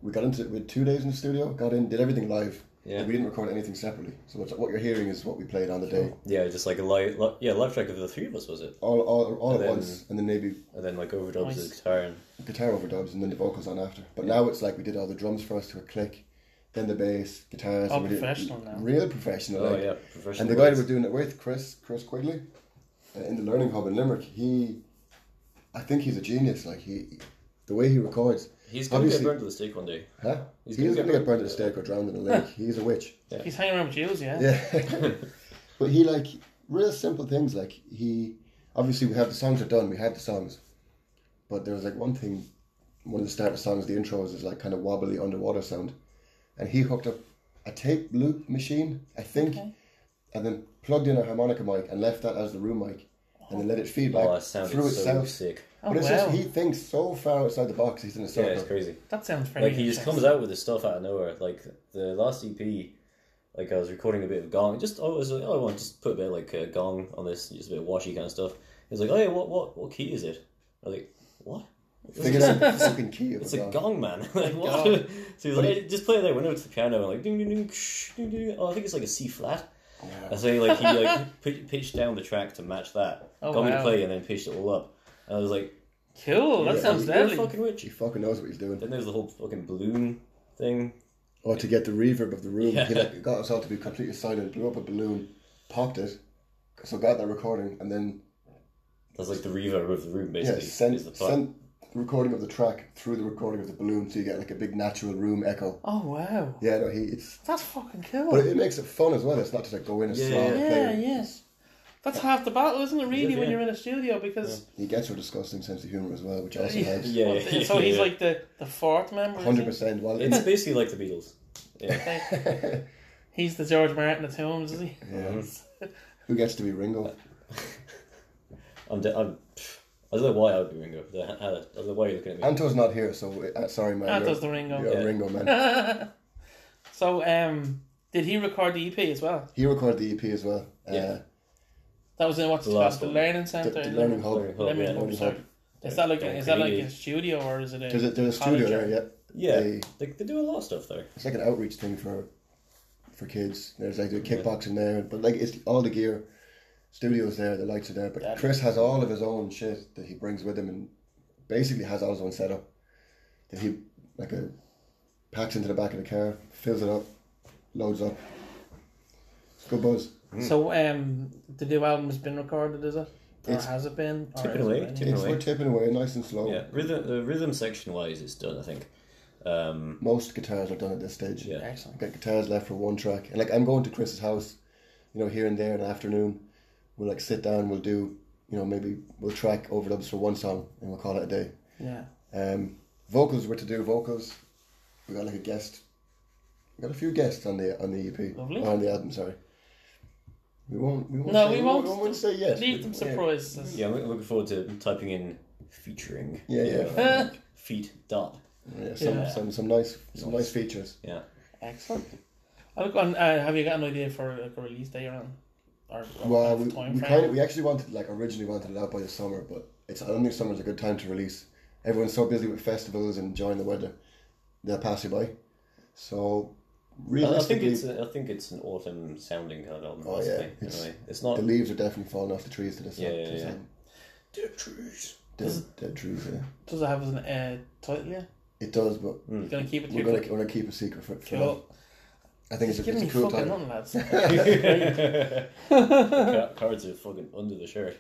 we got into it with two days in the studio, got in, did everything live.
Yeah.
Like, we didn't record anything separately. So what's, what you're hearing is what we played on the day,
yeah, just like a live, li- yeah, live track of the three of us was it,
all all, all at
And then-
once, and then maybe
and then like overdubs
Nice.
the guitar and
guitar overdubs and then the vocals on after. But now it's like we did all the drums first to a click, then the bass, guitars.
All
and we did-
professional now.
Real professional.
oh
like,
yeah, professional.
And the guy that
voice.
we're doing it with, Chris, Chris Quigley, uh, in the Learning Hub in Limerick, he, I think he's a genius. Like he, the way he records,
he's gonna get
obviously-
burned to the stake one day.
huh?
He's
He's,
gonna
gonna
get
get burned at the stake or drowned in a lake. he's a witch.
He's hanging around with Jules, yeah.
Yeah. but he like real simple things. Like he, obviously we have the songs are done. We had the songs, but there was like one thing, one of the start of songs, the intros is like kind of wobbly underwater sound, and he hooked up a tape loop machine, I think, and then plugged in a harmonica mic and left that as the room mic, and then let it feed back
Oh, that sounded
through
so
itself.
sick.
Oh
But it's
wow,
just he thinks so far outside the box. He's in a
Yeah,
circle.
it's crazy.
that sounds very.
Like he just
interesting.
comes out with his stuff out of nowhere. Like the last EP, like I was recording a bit of gong. Just oh, I was like, oh, I want to just put a bit of, like uh, gong on this, just a bit of washy kind of stuff. He's like, oh yeah, what what what key is it? I was like, what?
Figured out the fucking key of
It's
the
a
gong.
gong man. like what?
gong.
so he's like, "Hey, just play it there. Went over to the piano and like ding ding ding, ksh, ding ding. Oh, I think it's like a C flat. And so he like he like pi- pitched down the track to match that.
Oh,
gong to
wow.
play and then pitched it all up. And I was like,
cool. That sounds
you're a
deadly.
fucking
He
witch.
fucking knows what he's doing.
Then there's the whole fucking balloon thing.
Or to get the reverb of the room.
Yeah.
He like, got us all to be completely silent, blew up a balloon, popped it, so got that recording, and then
That's like the reverb of the room,
yeah,
basically.
sent,
is the part.
sent the recording of the track through the recording of the balloon, so you get like a big natural room echo.
Oh wow,
Yeah, no, he it's
that's fucking cool.
but it, makes it fun as well. It's not just like go in and
Yeah,
slide and play.
yeah, yes. That's half the battle, isn't it? Really, when
yeah.
you're in a studio, because
He gets a disgusting sense of humor as well, which also
Yeah.
helps.
Yeah, yeah,
so he's
yeah.
like the, the fourth member. is he?
Hundred percent. Well,
It's basically like the Beatles. Yeah.
Like, he's the George Martin of Tombs, is he?
who gets to be Ringo?
I'm, de- I'm, pff, I don't know why I would be Ringo. I don't know- uh, I don't know why you're looking at me.
Anto's not here, so uh, sorry, man.
Anto's
you're-
the Ringo.
You're
Yeah.
a Ringo man.
So, um, did he record the EP as well?
he recorded the EP as well.
Yeah.
That was in what's
The
it called?
last
The
one.
Learning
Uh, the,
Centre.
the
in
Learning
Liverpool?
Hub.
Learning Hub, yeah.
Learning Hub,
Learning
sorry.
Hub.
Is that like a, is that like a
Comedian.
studio or is it a
There's a, there's a
college
studio
or-
there, yeah.
Yeah,
They-
they, they do a lot of stuff there.
It's like an outreach thing for for kids. There's like the kickboxing there, but like it's all the gear. Studios there, the lights are there, but Chris has all of his own shit that he brings with him, and basically has all his own setup that he like a packs into the back of the car, fills it up, loads up. It's good buzz.
So, um, the new album has been recorded, is it? Or
It's-
has it been? Or
Tipping
is it
away,
been?
tipping
It's
away.
we're tipping away, nice and slow.
Yeah, rhythm the rhythm section wise, it's done. I think. Um,
Most guitars are done at this stage.
Yeah.
Excellent.
got guitars left for one track. And like I'm going to Chris's house, you know, here and there in the afternoon. We'll like sit down, we'll do, you know, maybe we'll track overdubs for one song and we'll call it a day.
Yeah.
Um, vocals were to do vocals. We got like a guest. We got a few guests on the on the EP
Lovely.
or on the album. Sorry. We won't. We won't.
No,
say,
we won't.
We won't say yes.
Leave them surprises.
yeah, I'm loo- looking forward to typing in featuring.
Yeah, yeah.
Uh,
Feet dot.
Yeah, some,
Yeah.
some some nice some nice features.
Yeah.
Excellent. I look on, uh, have you got an idea for like, a release day around? Or, or
Well,
kind of
we,
time
we
frame?
kind of we actually wanted like originally wanted it out by the summer, but it's I don't think summer's a good time to release. Everyone's so busy with festivals and enjoying the weather, they'll pass you by. So
I think
realistically,
it's a, I think it's an autumn sounding kind of album.
Oh,
basically,
yeah. It's-
anyway. it's
the
not.
leaves are definitely falling off the trees to this.
Yeah,
to
yeah,
this
yeah.
album.
Dead trees.
Dead, dead trees. Yeah,
Does it have an uh, title yet?
it does, but
Hmm.
You gonna keep it to
Hmm. we're gonna
yourself?
we're gonna keep a secret for, for now.
Cool.
I think it's a,
Give
it's a
me
cool
fucking nothing,
time.
lads.
Ca- Cards are fucking under the shirt.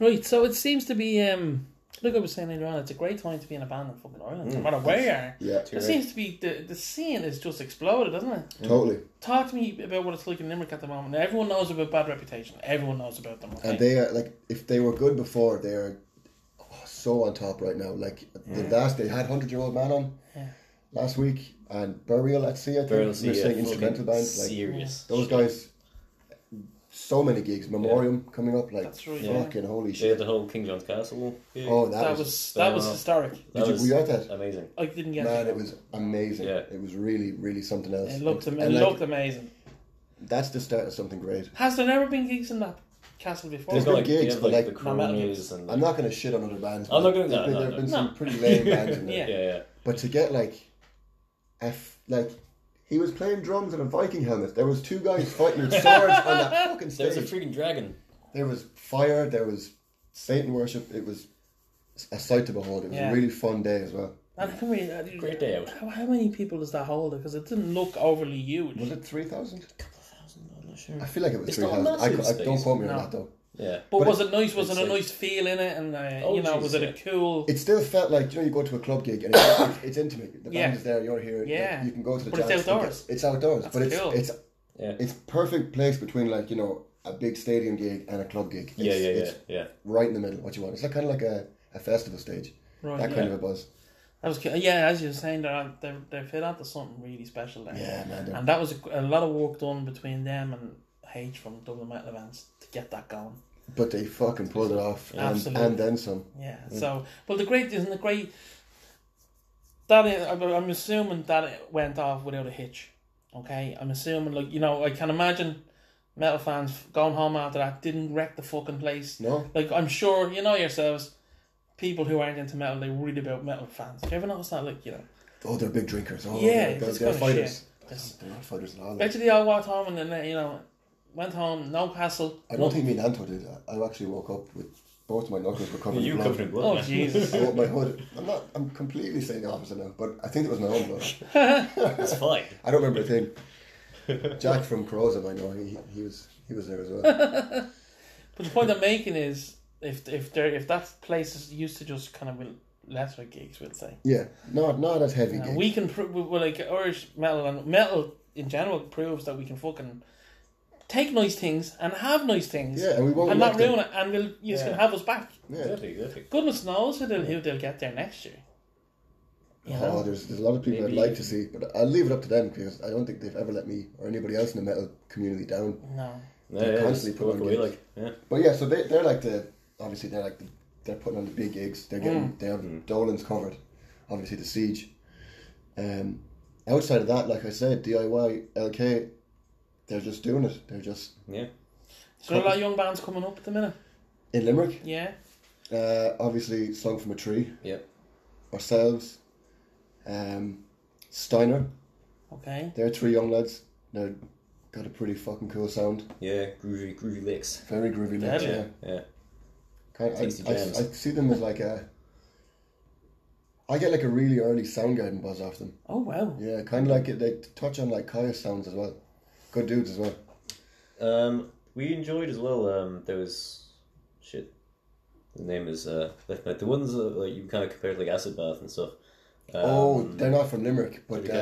right, so it seems to be, um, like I was saying earlier on, it's a great time to be in a band in fucking Ireland,
Hmm.
no matter where you are.
Yeah,
It seems to be, the, the scene has just exploded, doesn't it?
totally.
Talk to me about what it's like in Limerick at the moment. Now, everyone knows about bad reputation. Everyone knows about them. Okay?
And they are like, if they were good before, they are so on top right now. Like the last, they had hundred year old man on last week, and burial at sea. I think
Barrel
they're
yeah,
saying instrumental
fucking
bands. Like
Serious.
those guys, so many gigs. Memoriam coming up, like
That's right, yeah.
fucking holy
They had
shit.
the whole King John's Castle. gig.
Oh, that,
that
was,
was that was
uh,
historic.
that
did you-
was
were you at that?
amazing.
I didn't get
man.
it.
It was amazing.
Yeah.
It was really, really something else.
It looked, am-
and,
it
like,
looked amazing.
that's the start of something great.
Has there never been gigs in that castle before?
There's
They
been
have,
gigs,
they have,
but,
like,
like,
the
No, metal
Croners and
I'm not going to shit on other bands.
I'm not
but
gonna- no,
there's been- There
no,
have
no.
been
No.
some pretty lame bands in there.
Yeah.
yeah, yeah.
But to get like, f like he was playing drums in a Viking helmet. There was two guys fighting with swords on that fucking
There
stage.
was a freaking dragon.
there was fire. There was Satan worship. It was a sight to behold. It was
Yeah.
a really fun day as well.
And can we, uh,
Great day out.
How, how many people does that hold? Because it didn't look overly huge.
Was it three thousand?
I'm not sure.
I feel like it was
It's
three
not a
thousand. I,
massive
I don't
space.
quote me on
No.
that though.
Yeah.
but,
but
was it nice? Was it
it's
a
like-
nice feel in it? And uh,
Oh,
you know,
geez,
was it a
yeah.
cool?
It still felt like you know you go to a club gig and it's, it's intimate. The band
Yeah.
is there. You're here. like,
Yeah.
you can go to the.
But it's
jams, you can-
outdoors.
It's outdoors, but it's
cool.
it's
Yeah.
it's perfect place between like you know a big stadium gig and a club gig. It's,
Yeah, yeah, yeah,
it's
yeah.
right in the middle what you want. It's like kind of like a, a festival stage.
Right,
that
yeah.
kind of a buzz.
That was cool. yeah, as you were saying, they're on- they're they're fit onto something really special there.
Yeah, man. they're-
and that was a, a lot of work done between them and H from Dublin Metal Events to get that going.
But they fucking pulled it off, and,
Absolutely.
and then some.
Yeah. So, but the great isn't the great. That is, I'm I'm assuming that it went off without a hitch. Okay, I'm assuming like you know I can imagine metal fans going home after that didn't wreck the fucking place.
No.
Like I'm sure you know yourselves, people who aren't into metal they worried about metal fans. Do you ever notice that? Like you know,
Oh, they're big drinkers. Oh,
Yeah,
they're, they're,
it's
they're
kinda
fighters.
It's-
They're not fighters at all.
bet you they all walked home and then they, you know went home no hassle.
I don't think me and Anto did that. I actually woke up with both my knuckles were covered
You
in
covered in
blood.
Oh
blood. man.
Jesus!
I woke my hood. I'm not. I'm completely saying the opposite now, but I think it was my own blood.
That's fine.
I don't remember a thing. Jack from Corozum, I know he, he was he was there as well.
But the point I'm making is if if there if that place is used to just kind of with lesser gigs, we'll say.
Yeah, not not as heavy.
Yeah,
gig.
we can pro- we- we're like Irish metal and metal in general proves that we can fucking take nice things and have nice things.
Yeah, and we won't
and not
let them-
ruin it, and we'll you
Yeah.
can have us back.
yeah.
Exactly, exactly.
Goodness knows who they'll, who they'll get there next year. You know?
Oh, there's, there's a lot of people
Maybe-
I'd like to see, but I'll leave it up to them because I don't think they've ever let me or anybody else in the metal community down.
no,
Yeah, yeah,
constantly
just
put
walk
on
away
gigs.
like, yeah.
But yeah, so they, they're like the obviously they're like the, they're putting on the big gigs. They're getting they have Dolan's covered, obviously the siege. Um, outside of that, like I said, DIY LK, they're just doing it. They're just
Yeah.
is there a lot of young bands coming up at the minute?
in Limerick.
Yeah,
Uh, obviously, slung from a tree
Yeah.
ourselves. Um, Steiner,
Okay.
they're three young lads. They're got a pretty fucking cool sound.
Yeah, groovy, groovy licks.
Very groovy licks,
Deadly.
yeah.
Yeah.
Kind
Tasty
I, I,
jams.
I see them as like a. I get like a really early Soundgarden buzz off them.
Oh wow.
Yeah, kind of like it. They touch on like Kaya sounds as well. Good dudes as well.
Um, we enjoyed as well. Um, there was shit. The name is uh, Left Mouth. The ones that like you kind of compared like Acid Bath and stuff. Um,
oh, they're not from Limerick, but
Dirty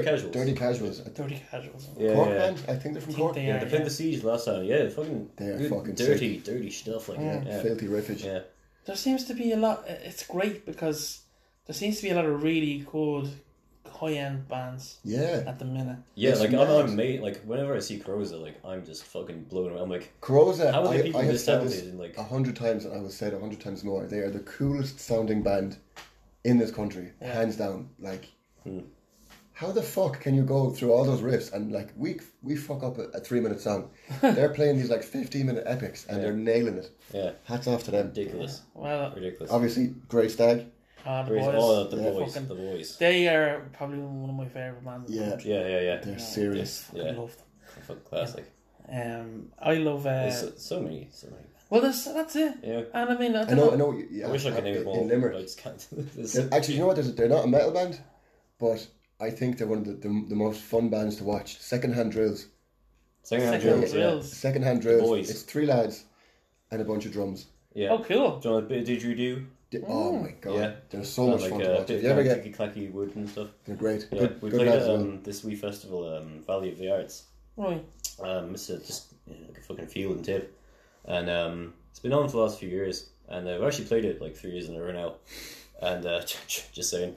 uh,
Casual- Dirty
Di-
Casuals.
Dirty Casuals. I
Dirty casuals.
yeah,
Cork
yeah.
band? I think they're from
think
Cork.
they
Yeah,
are.
they played the siege last time. Yeah, fucking,
They are
good,
fucking Mm,
dirty, dirty stuff like that. Yeah,
Filthy riffage.
yeah.
There seems to be a lot. It's great because there seems to be a lot of really good high end bands
Yeah.
at the minute.
Yeah,
It's
like I'm,
mad.
I'm amazed. Like whenever I see Croza, like I'm just fucking blown away. I'm like,
Carosa,
How are the
I,
people
I have
this
said
talented
this
and, like-
a hundred times, and I will say it a hundred times more. They are the coolest sounding band in this country, hands down. Like,
Hmm.
how the fuck can you go through all those riffs and like we we fuck up a, a three minute song? they're playing these like fifteen minute epics and they're nailing it.
yeah,
Hats off to them.
ridiculous,
Well,
ridiculous.
Obviously, Grey Stag.
ah, the
Crazy.
boys,
oh, the
they're
voice,
fucking-
the voice.
they are probably one of my favorite bands. in the
Yeah.
country.
Yeah, yeah, yeah.
They're serious.
I
Yeah.
love them.
Fuck, classic.
Um, I love. Uh,
There's so, so many, so many.
well, that's that's it.
Yeah.
And I mean, I, don't
I know, I
know.
know. y- Yeah,
I wish I could name
in,
them all.
in
but I
Limerick.
just can't. There's-
They're- Actually, you know what? There's, they're not a metal band, but I think they're one of the, the, the most fun bands to watch. Secondhand drills.
Second hand
Second
drills, yeah.
drills.
Secondhand drills.
boys.
It's three lads and a bunch of drums.
yeah.
Oh, cool.
Do you want a bit of didgeridoo?
Di-
Mm.
Oh my god,
Yeah.
they're so much
like
fun
uh,
to watch.
bit
If you ever
of
get,
clicky clacky wood and stuff.
they're great.
Yeah,
Good,
we
good
played
lads
at
as well.
um, this wee festival, um, Valley of the Arts.
Right.
Um, it's a, just you know, like a fucking field and tip, and um, it's been on for the last few years. And I've actually played it like three years in a row now. And uh, just saying,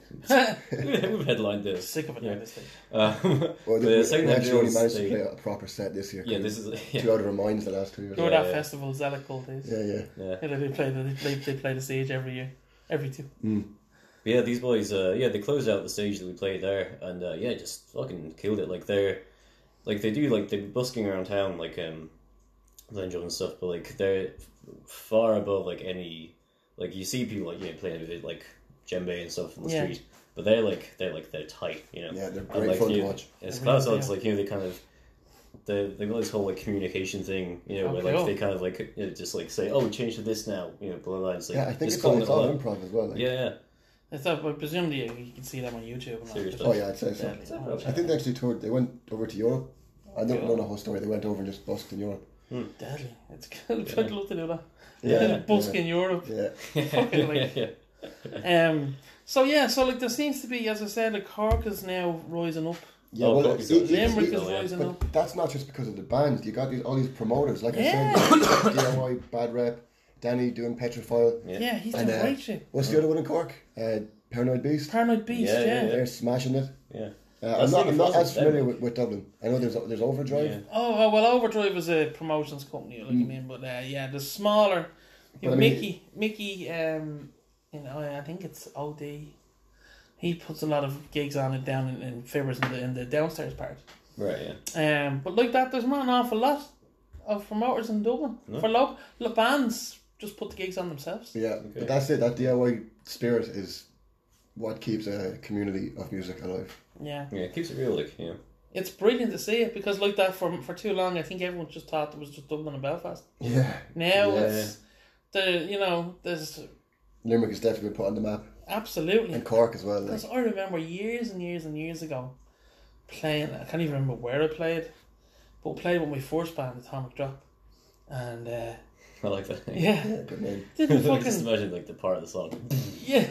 we've headlined this.
Sick of it
Yeah.
now. This thing.
Um,
Well,
but
we-
the
we
second hand
actually only
drills,
managed to
they-
play a proper set this year.
yeah, this is yeah,
two out of our minds the last two years.
Go
Yeah,
to that
yeah.
festival, Zellicle days. Yeah.
yeah.
they they play the they, they play the siege every year, every two.
But yeah, these boys, uh, yeah, they closed out the stage that we played there, and uh, yeah, just fucking killed it. Like they're, like they do, like they're busking around town, like um, playing drums and stuff. But like they're far above like any, like you see people like you know playing with like djembe and stuff on the
Yeah.
street, but they're like they're like they're tight, you know.
Yeah, they're
And,
great
like,
fun to
you-
watch.
It's
They
class
really
it's
are.
like you know they kind of. They they got this whole like communication thing, you know,
Oh,
where like
cool.
they kind of like you know, just like say, oh, we changed to this now, you know, blah blah. blah. It's, like,
Yeah, I think
just
it's all,
calling
it's
it
all
out.
improv as well. Like.
Yeah, yeah.
It's up, but presumably you, you can see them on YouTube. And
Seriously.
Oh yeah, I'd say so.
that. Yeah, yeah.
I think they actually toured. They went over to Europe. I don't
Yeah.
know the whole story. They went over and just busked in Europe.
Deadly. It's good. I'd love to do that.
Yeah. Oh,
Busk in Europe.
Yeah,
Fucking like-
yeah.
Um. So yeah. So like there seems to be, as I said, the Cork is now rising up.
yeah.
Oh,
well,
Cork
it-
is good. Oh,
it- it-
Limerick
it-
is
yeah.
rising up.
But that's not just because of the bands. You got these, all these promoters, like
Yeah.
I said, DIY, Bad Rep, Danny doing Petrophile.
Yeah.
Yeah, he's doing
And, uh,
great shit.
What's the other one in Cork? Uh, Paranoid Beast.
Paranoid Beast.
Yeah,
Yeah.
yeah,
They're smashing it.
Yeah.
Uh,
That's
I'm not,
the
I'm not
thing,
as familiar
Dublin.
with, with Dublin. I know there's there's Overdrive,
Yeah.
Oh well, well, Overdrive is a promotions company.
Mm.
Like I mean, but uh, yeah, the smaller.
But I mean-
Mickey, Mickey, um, you know, I think it's OD. He puts a lot of gigs on it down in, in Fibbers in the in the downstairs part.
Right, yeah.
Um, but like that, there's not an awful lot of promoters in Dublin for local look, bands. Just put the gigs on themselves.
yeah. But that's it. That DIY spirit is what keeps a community of music alive.
Yeah,
Yeah, it keeps it real, like, yeah.
it's brilliant to see it because like that for for too long, I think everyone just thought it was just Dublin and Belfast.
Yeah,
Now
Yeah.
it's the you know there's
Limerick has definitely been put on the map,
absolutely
and Cork as well. Like,
because I remember years and years and years ago playing. I can't even remember where I played, but we played with my first band, Atomic Drop, and uh,
I like that.
yeah,
yeah, good name.
didn't
just
fucking
imagine, like, the part of the song.
yeah.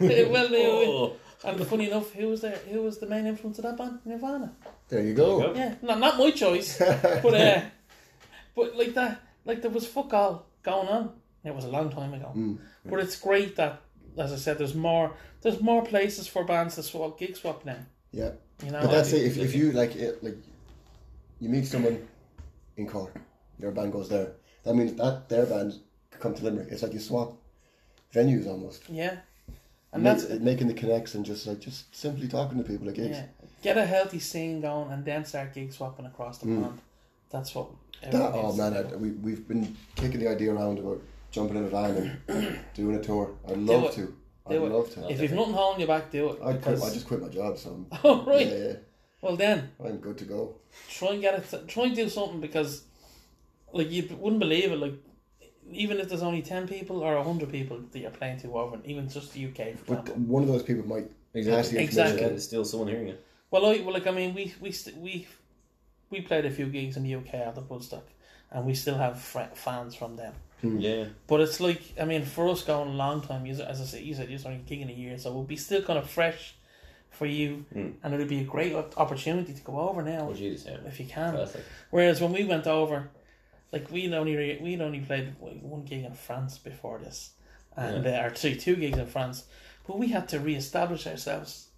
well, they-
Oh,
And funny enough, who was there? Who was the main influence of that band? Nirvana.
There you go.
There you
Yeah, not not my choice, but uh, but like that, like there was fuck all going on. It was a long time ago,
Mm,
but it's great that, as I said, there's more there's more places for bands to swap gig swap now.
Yeah,
You know,
but that's
like-
it. If, if you like it, like you meet someone in Cork, your band goes there. That means that their band could come to Limerick. It's like you swap venues almost.
Yeah, and
Make,
that's
making the connects and just like just simply talking to people at gigs.
yeah. Get a healthy scene going, and then start gig swapping across the pond. That's what.
Mm. That,
everyone
oh
needs to
man,
do.
I, we we've been kicking the idea around about jumping in a van and doing a tour. I'd
Do
love
it.
to. I'd
Do it.
love to.
If you've nothing holding you back, do it.
I quit,
because-
I just quit my job, so I'm,
Oh, right.
yeah, yeah,
Well, then
I'm good to go.
try and get it. try and do something because, like, you wouldn't believe it. Like, even if there's only ten people or hundred people that you're playing to over, and even just the UK, for
But
example.
one of those people might pass the
Exactly.
information.
Exactly.
There's still someone hearing it.
Well, I, well, like I mean, we we st- we we played a few gigs in the UK out of Woodstock, and we still have fr- fans from them.
Mm.
Yeah.
But it's like I mean, for us going a long time, you as I said, you said you're only gigging a year, so we'll be still kind of fresh for you,
Mm.
and it'll be a great op- opportunity to go over now
Oh, Jesus, yeah.
if you can.
That's like,
Whereas when we went over, like we'd only re- we'd only played like, one gig in France before this, and uh, or two two gigs in France, but we had to reestablish ourselves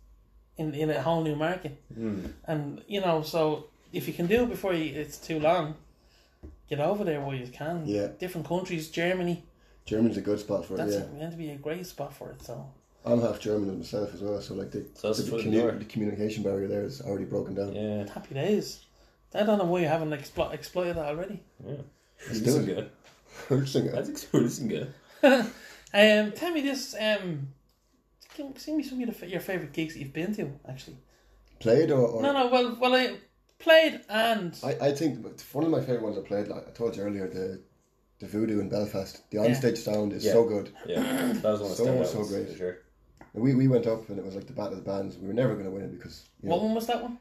in in a whole new market,
Hmm.
and you know so if you can do it before you, it's too long, get over there where you can.
Yeah.
different countries, Germany.
Germany's a good spot for it,
That's
yeah.
meant to be a great spot for it. So
I'm half German myself as well, so like the,
So that's
the,
for the
commu-
door.
the communication barrier there is already broken down.
yeah.
happy days. I don't know why you haven't explo- exploited that already.
It's
Listen
still
good.
hurting it.
That's explore listen good.
Um, tell me this. Um, can- sing me some of your fa- your favorite gigs that you've been to. Actually,
Played or, or
no, no. Well, well, I played and
I, I think one of my favourite ones I played, like I told you earlier, the the voodoo in Belfast. The onstage sound is
Yeah.
so good.
Yeah. That was one of the
So,
standout
so
ones,
great.
for sure.
And we, we went up and it was like the battle of the bands. We were never going to win it because, you
what
know,
one was that one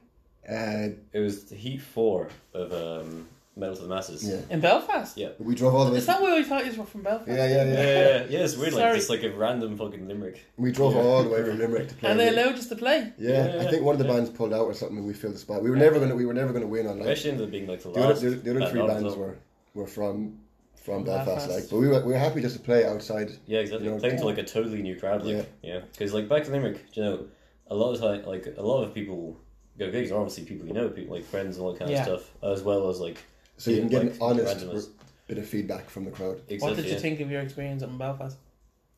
uh,
It was the Heat 4 of um, Metal to the Masses.
Yeah.
in Belfast?
Yeah.
we drove all the way.
Is that why I thought you were from Belfast?
yeah, yeah,
Yeah,
yeah.
yeah, yeah. Yeah, it's weird, like,
Sorry.
just like a random fucking limerick.
We drove all the way from Limerick to play.
And they
it.
allowed us to play.
yeah,
Yeah,
I
yeah,
think one of the bands pulled out or something, and we filled the spot. We were never gonna, we were never gonna win on
I
like
actually ended up being like the
the other,
last.
the, other- the other
band
three
on,
bands
so-
were were from from
Belfast.
Belfast, like, but we were, we were happy just to play outside.
Yeah, exactly.
You know,
Playing to like a totally new crowd, like yeah, because like back in Limerick, you know, a lot of time, like a lot of people go gigs are obviously people you know, people like friends and all that kind
Yeah.
of stuff, as well as like
So you can get
like,
an honest
randomness.
r- bit of feedback from the crowd.
Exactly,
What did you
yeah.
think of your experience in Belfast?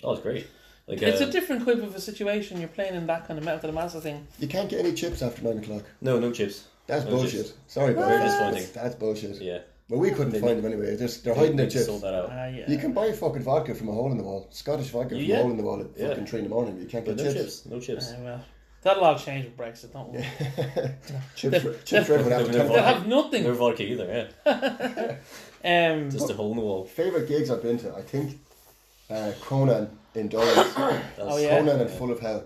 Oh, it's great. Like
It's
uh,
a different type of a situation. You're playing in that kind of metal to the master thing.
You can't get any chips after nine o'clock.
no no chips.
That's
No
bullshit.
chips.
Sorry, about
Very
that.
disappointing.
That's, that's bullshit.
Yeah,
But we couldn't
They-
find them anyway. They're, just- they're
They-
hiding their
they
chips.
sold that out.
Ah, yeah.
You can buy fucking vodka from a hole in the wall. Scottish vodka from
Yeah.
a hole in the wall at
Yeah.
fucking three in the morning. You can't
But
get
no
chips.
chips. no chips.
Ah, well, that'll all change with Brexit. Don't worry.
Chips for, chips for everyone after
They've
They'll
never-
10.
have nothing.
No vodka either. Yeah,
Um,
just a hole in the wall.
Favourite gigs I've been to, I think uh, Conan in Doris.
That's,
Oh, yeah.
Conan and Full of Hell.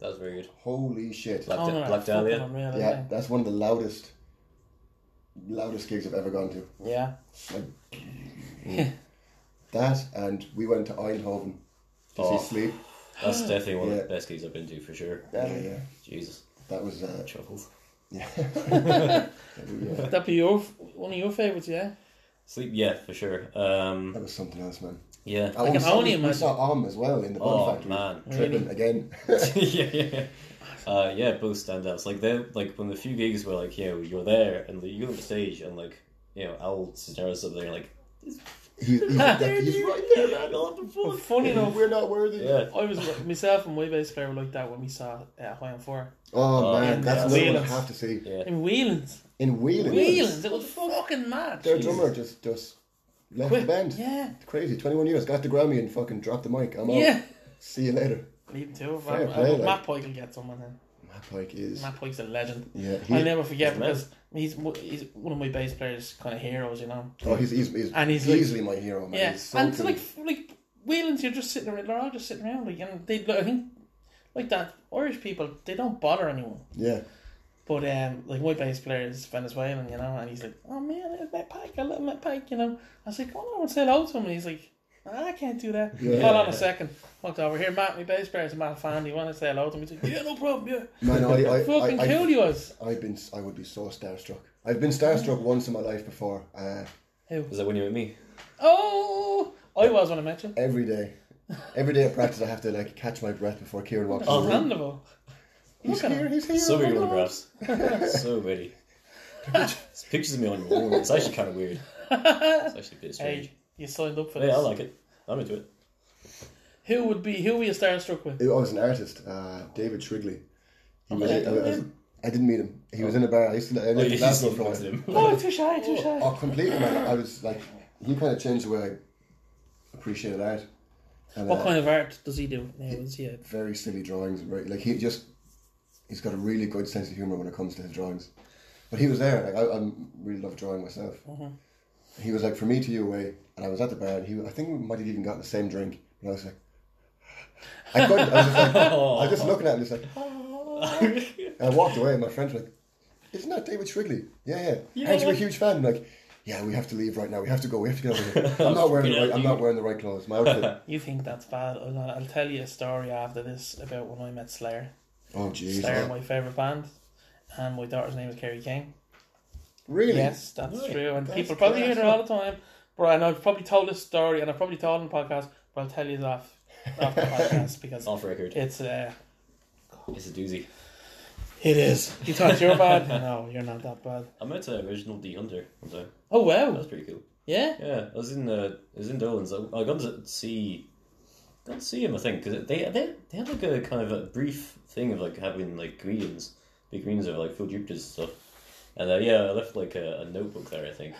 that was very good.
Holy shit.
Black,
oh, no,
da-
no,
Black
fucking
Dahlia.
unreal, isn't
Yeah,
it?
that's one of the loudest loudest gigs I've ever gone to.
yeah.
Like, that and we went to Eindhoven to
Oh.
see Sleep.
That's definitely one of
Yeah.
the best gigs I've been to for sure.
Yeah, yeah.
Jesus,
That was uh,
chuckles.
That'd be your f- one of your favourites, yeah.
Sleep, yeah, for sure. Um,
that was something else, man.
yeah.
Oh, we
can
saw,
only
we- we
imagine.
saw Om as well in the Bun
Oh,
Factory.
man.
Tripping again.
yeah, yeah, yeah. Uh, yeah, both standouts. Like they like when the few gigs were like, you know, you're there and like, you go on stage and like, you know, Al Cisneros up there like,
he's, he's, he's right there, man.
But funny enough,
We're not worthy.
yeah,
I was myself and my bass player were like that when we saw uh, High on Four
Oh, man,
yeah,
that's
yeah.
another one I
Whelan's.
have to see.
yeah,
in Whelan's.
In Whelan.
Whelan's, it was fucking mad.
Their drummer just, just left
Quit.
the band.
Yeah,
Crazy. 21 years. Got the Grammy and fucking dropped the mic. I'm
yeah.
out. See you later.
Leave him to it.
Fair
I- I-
play, like.
Matt Pike will get someone then.
Matt Pike is.
Matt Pike's a legend.
Yeah. He,
I'll never forget
he's a
because he's mo- he's one of my bass players' kind of heroes, you know.
oh, he's, he's, he's,
And he's like-
easily my hero, man.
Yeah,
He's so
and
cool.
like like Whelan's, you're just sitting around. They're all just sitting around, like, and they like, I think like that Irish people they don't bother anyone.
yeah.
But um, like my bass player is Venezuelan, you know, and he's like, "Oh man, I met Pike, I love Matt Pike," you know. I was like, "Come on, say hello to him," and he's like, "Ah, "I can't do that." Hold on a second. Walked over here, Matt, my bass player is a Matt fan. Do you want to say hello to him? He's like, "Yeah, no problem. Yeah,
Man, I, I,
fucking
I, I,
cool you was."
I've been, I would be so starstruck. I've been starstruck once in my life before. Uh,
is that when you met me?
Oh, I was when I met you.
every day, every day at practice, I have to like catch my breath before Kieran walks in the room.
Understandable.
He's
Look at
here,
him.
he's here.
So
oh my
many
God.
autographs, so many. There's pictures of me on your wall. It's actually kind of weird. It's actually a bit strange.
Hey, you signed up for
Hey,
this.
I like it. I'm into it.
Who would be who were you starstruck with?
I was an artist, uh, David Shrigley. He was,
Okay.
I, I- I didn't meet him. He was in a bar. I used to. I
Oh,
went
you
to
just
Glasgow
love
for
talking to
him.
him.
Oh, too shy, too shy.
Oh, completely, man. I was like, he kind of changed the way I appreciated art. And,
What
uh,
kind of art does he do? Now? Is he a,
very silly drawings. Right? Like he just, he's got a really good sense of humor when it comes to his drawings. But he was there. Like I, I really love drawing myself. He was like, "From me to you, away." And I was at the bar, and he, I think we might have even gotten the same drink. And I was like, I couldn't. I was just like, I was just looking at him, just like, and I walked away, and my friends were like, "Isn't that David Shrigley?" Yeah, yeah.
Yeah.
And you're a huge fan. I'm like, yeah, we have to leave right now. We have to go. We have to get out of here. I'm not wearing the
Get out,
right. I'm not wearing the right clothes. My outfit.
you think that's bad? I'll, I'll tell you a story after this about when I met Slayer.
Oh jeez.
Slayer,
man.
my favourite band, and my daughter's name is Kerry King.
Really?
Yes, that's
Really?
true. And
That's
people probably hear
class.
it all the time. But and I've probably told this story, and I've probably told it on podcast, but I'll tell you that off, off the podcast because
Off record.
it's uh,
It's a doozy.
it is. You thought you were bad? No, you're not that bad.
I met uh, Reginald D. Hunter one time.
Oh
That
wow,
was pretty cool.
yeah.
Yeah, I was in uh, I was in Dolan's. I, I got to see, got to see him. I think because they they they had like a kind of a brief thing of like having like comedians, big comedians over like Phil Jupiter's stuff. And uh, yeah, I left like a, a notebook there, I think.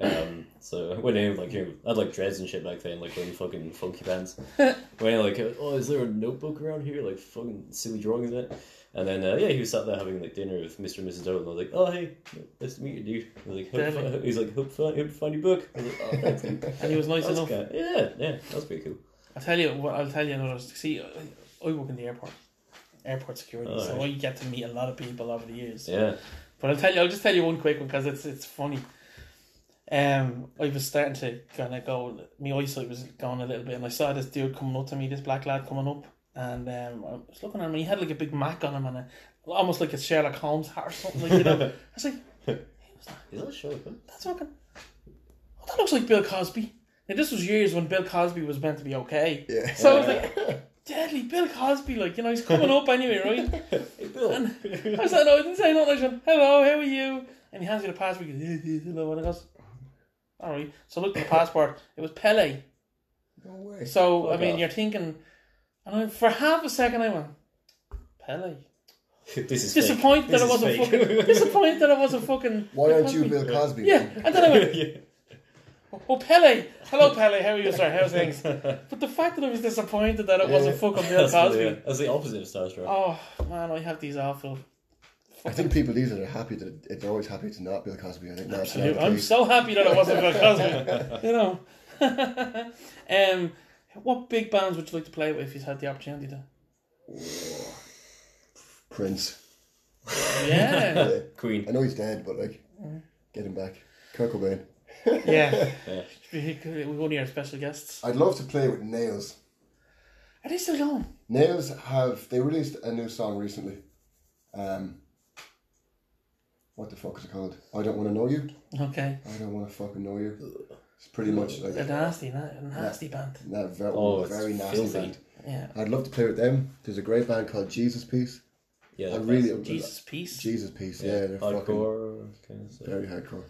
Um, so I went in with, like here, I had like dreads and shit back then, like wearing fucking funky pants. Went in like, oh, is there a notebook around here? Like fucking silly drawings in it. And then uh, yeah, he was sat there having like dinner with Mr. and Mrs. Dolan. I was like, oh hey, nice to meet you, dude. I was like, hope, you fi- he's like, hope, fi- hope you find your book. I was like, oh, thanks. dude."
And he was nice
That was
enough.
kind of- yeah, yeah, that was pretty cool.
I'll tell you what. I'll tell you another. See, I, I work in the airport, airport security, so
Alright.
I get to meet a lot of people over the years.
Yeah,
But I'll tell you, I'll just tell you one quick one because it's it's funny. Um, I was starting to kind of go. My eyesight was going a little bit, and I saw this dude coming up to me, this black lad coming up, and um, I was looking at him. And he had like a big Mac on him, and a, almost like a Sherlock Holmes hat or something. Like, you know, I was like,
is that sure? Huh?
that's fucking. Oh, that looks like Bill Cosby. Now this was years when Bill Cosby was meant to be okay.
Yeah.
So I was like, deadly Bill Cosby, like you know, he's coming up anyway, right?
Hey Bill.
I was like, no, I didn't say nothing. I said, hello, how are you? And he hands me the passport. He goes, "Eh, eh, hello. And I goes, all right. So I looked at the passport. It was Pele.
No way.
So, I
Fuck
mean,
off.
you're thinking, and I, for half a second I went, Pele.
this is
Disappointed
fake.
that I
This
wasn't
is
fucking,
fake.
disappointed that I wasn't fucking.
Why aren't you
Cosby.
Bill Cosby?
Yeah. And then I went,
yeah.
oh, Pele. Hello, Pele. How are you, sir? How's things? But the fact that I was disappointed that it wasn't fucking Bill
That's,
Cosby.
the, that's the opposite of Starstruck.
Oh, man, I have these awful.
I think people these days are happy that it- they're always happy to not Bill Cosby. I think that's not the
I'm
case.
so happy that I wasn't Bill Cosby. you know. um, what big bands would you like to play with if you had the opportunity to?
Prince.
Yeah,
Queen.
I know he's dead, but like, get him back. Kurt Cobain.
yeah. We're one of your special guests.
I'd love to play with Nails.
Are they still going?
Nails have they released a new song recently. Um, what the fuck is it called? I don't want to know you.
Okay,
I don't want to fucking know you. It's pretty much like
they're
that
nasty, na- nasty band.
very,
Oh, it's
very nasty
filthy.
band.
Yeah.
I'd love to play with them. There's a great band called Jesus Peace.
Yeah,
I
that's-
really
Jesus, peace.
Jesus Peace. Yeah, they're fucking
hardcore. Kind of stuff.
very hardcore.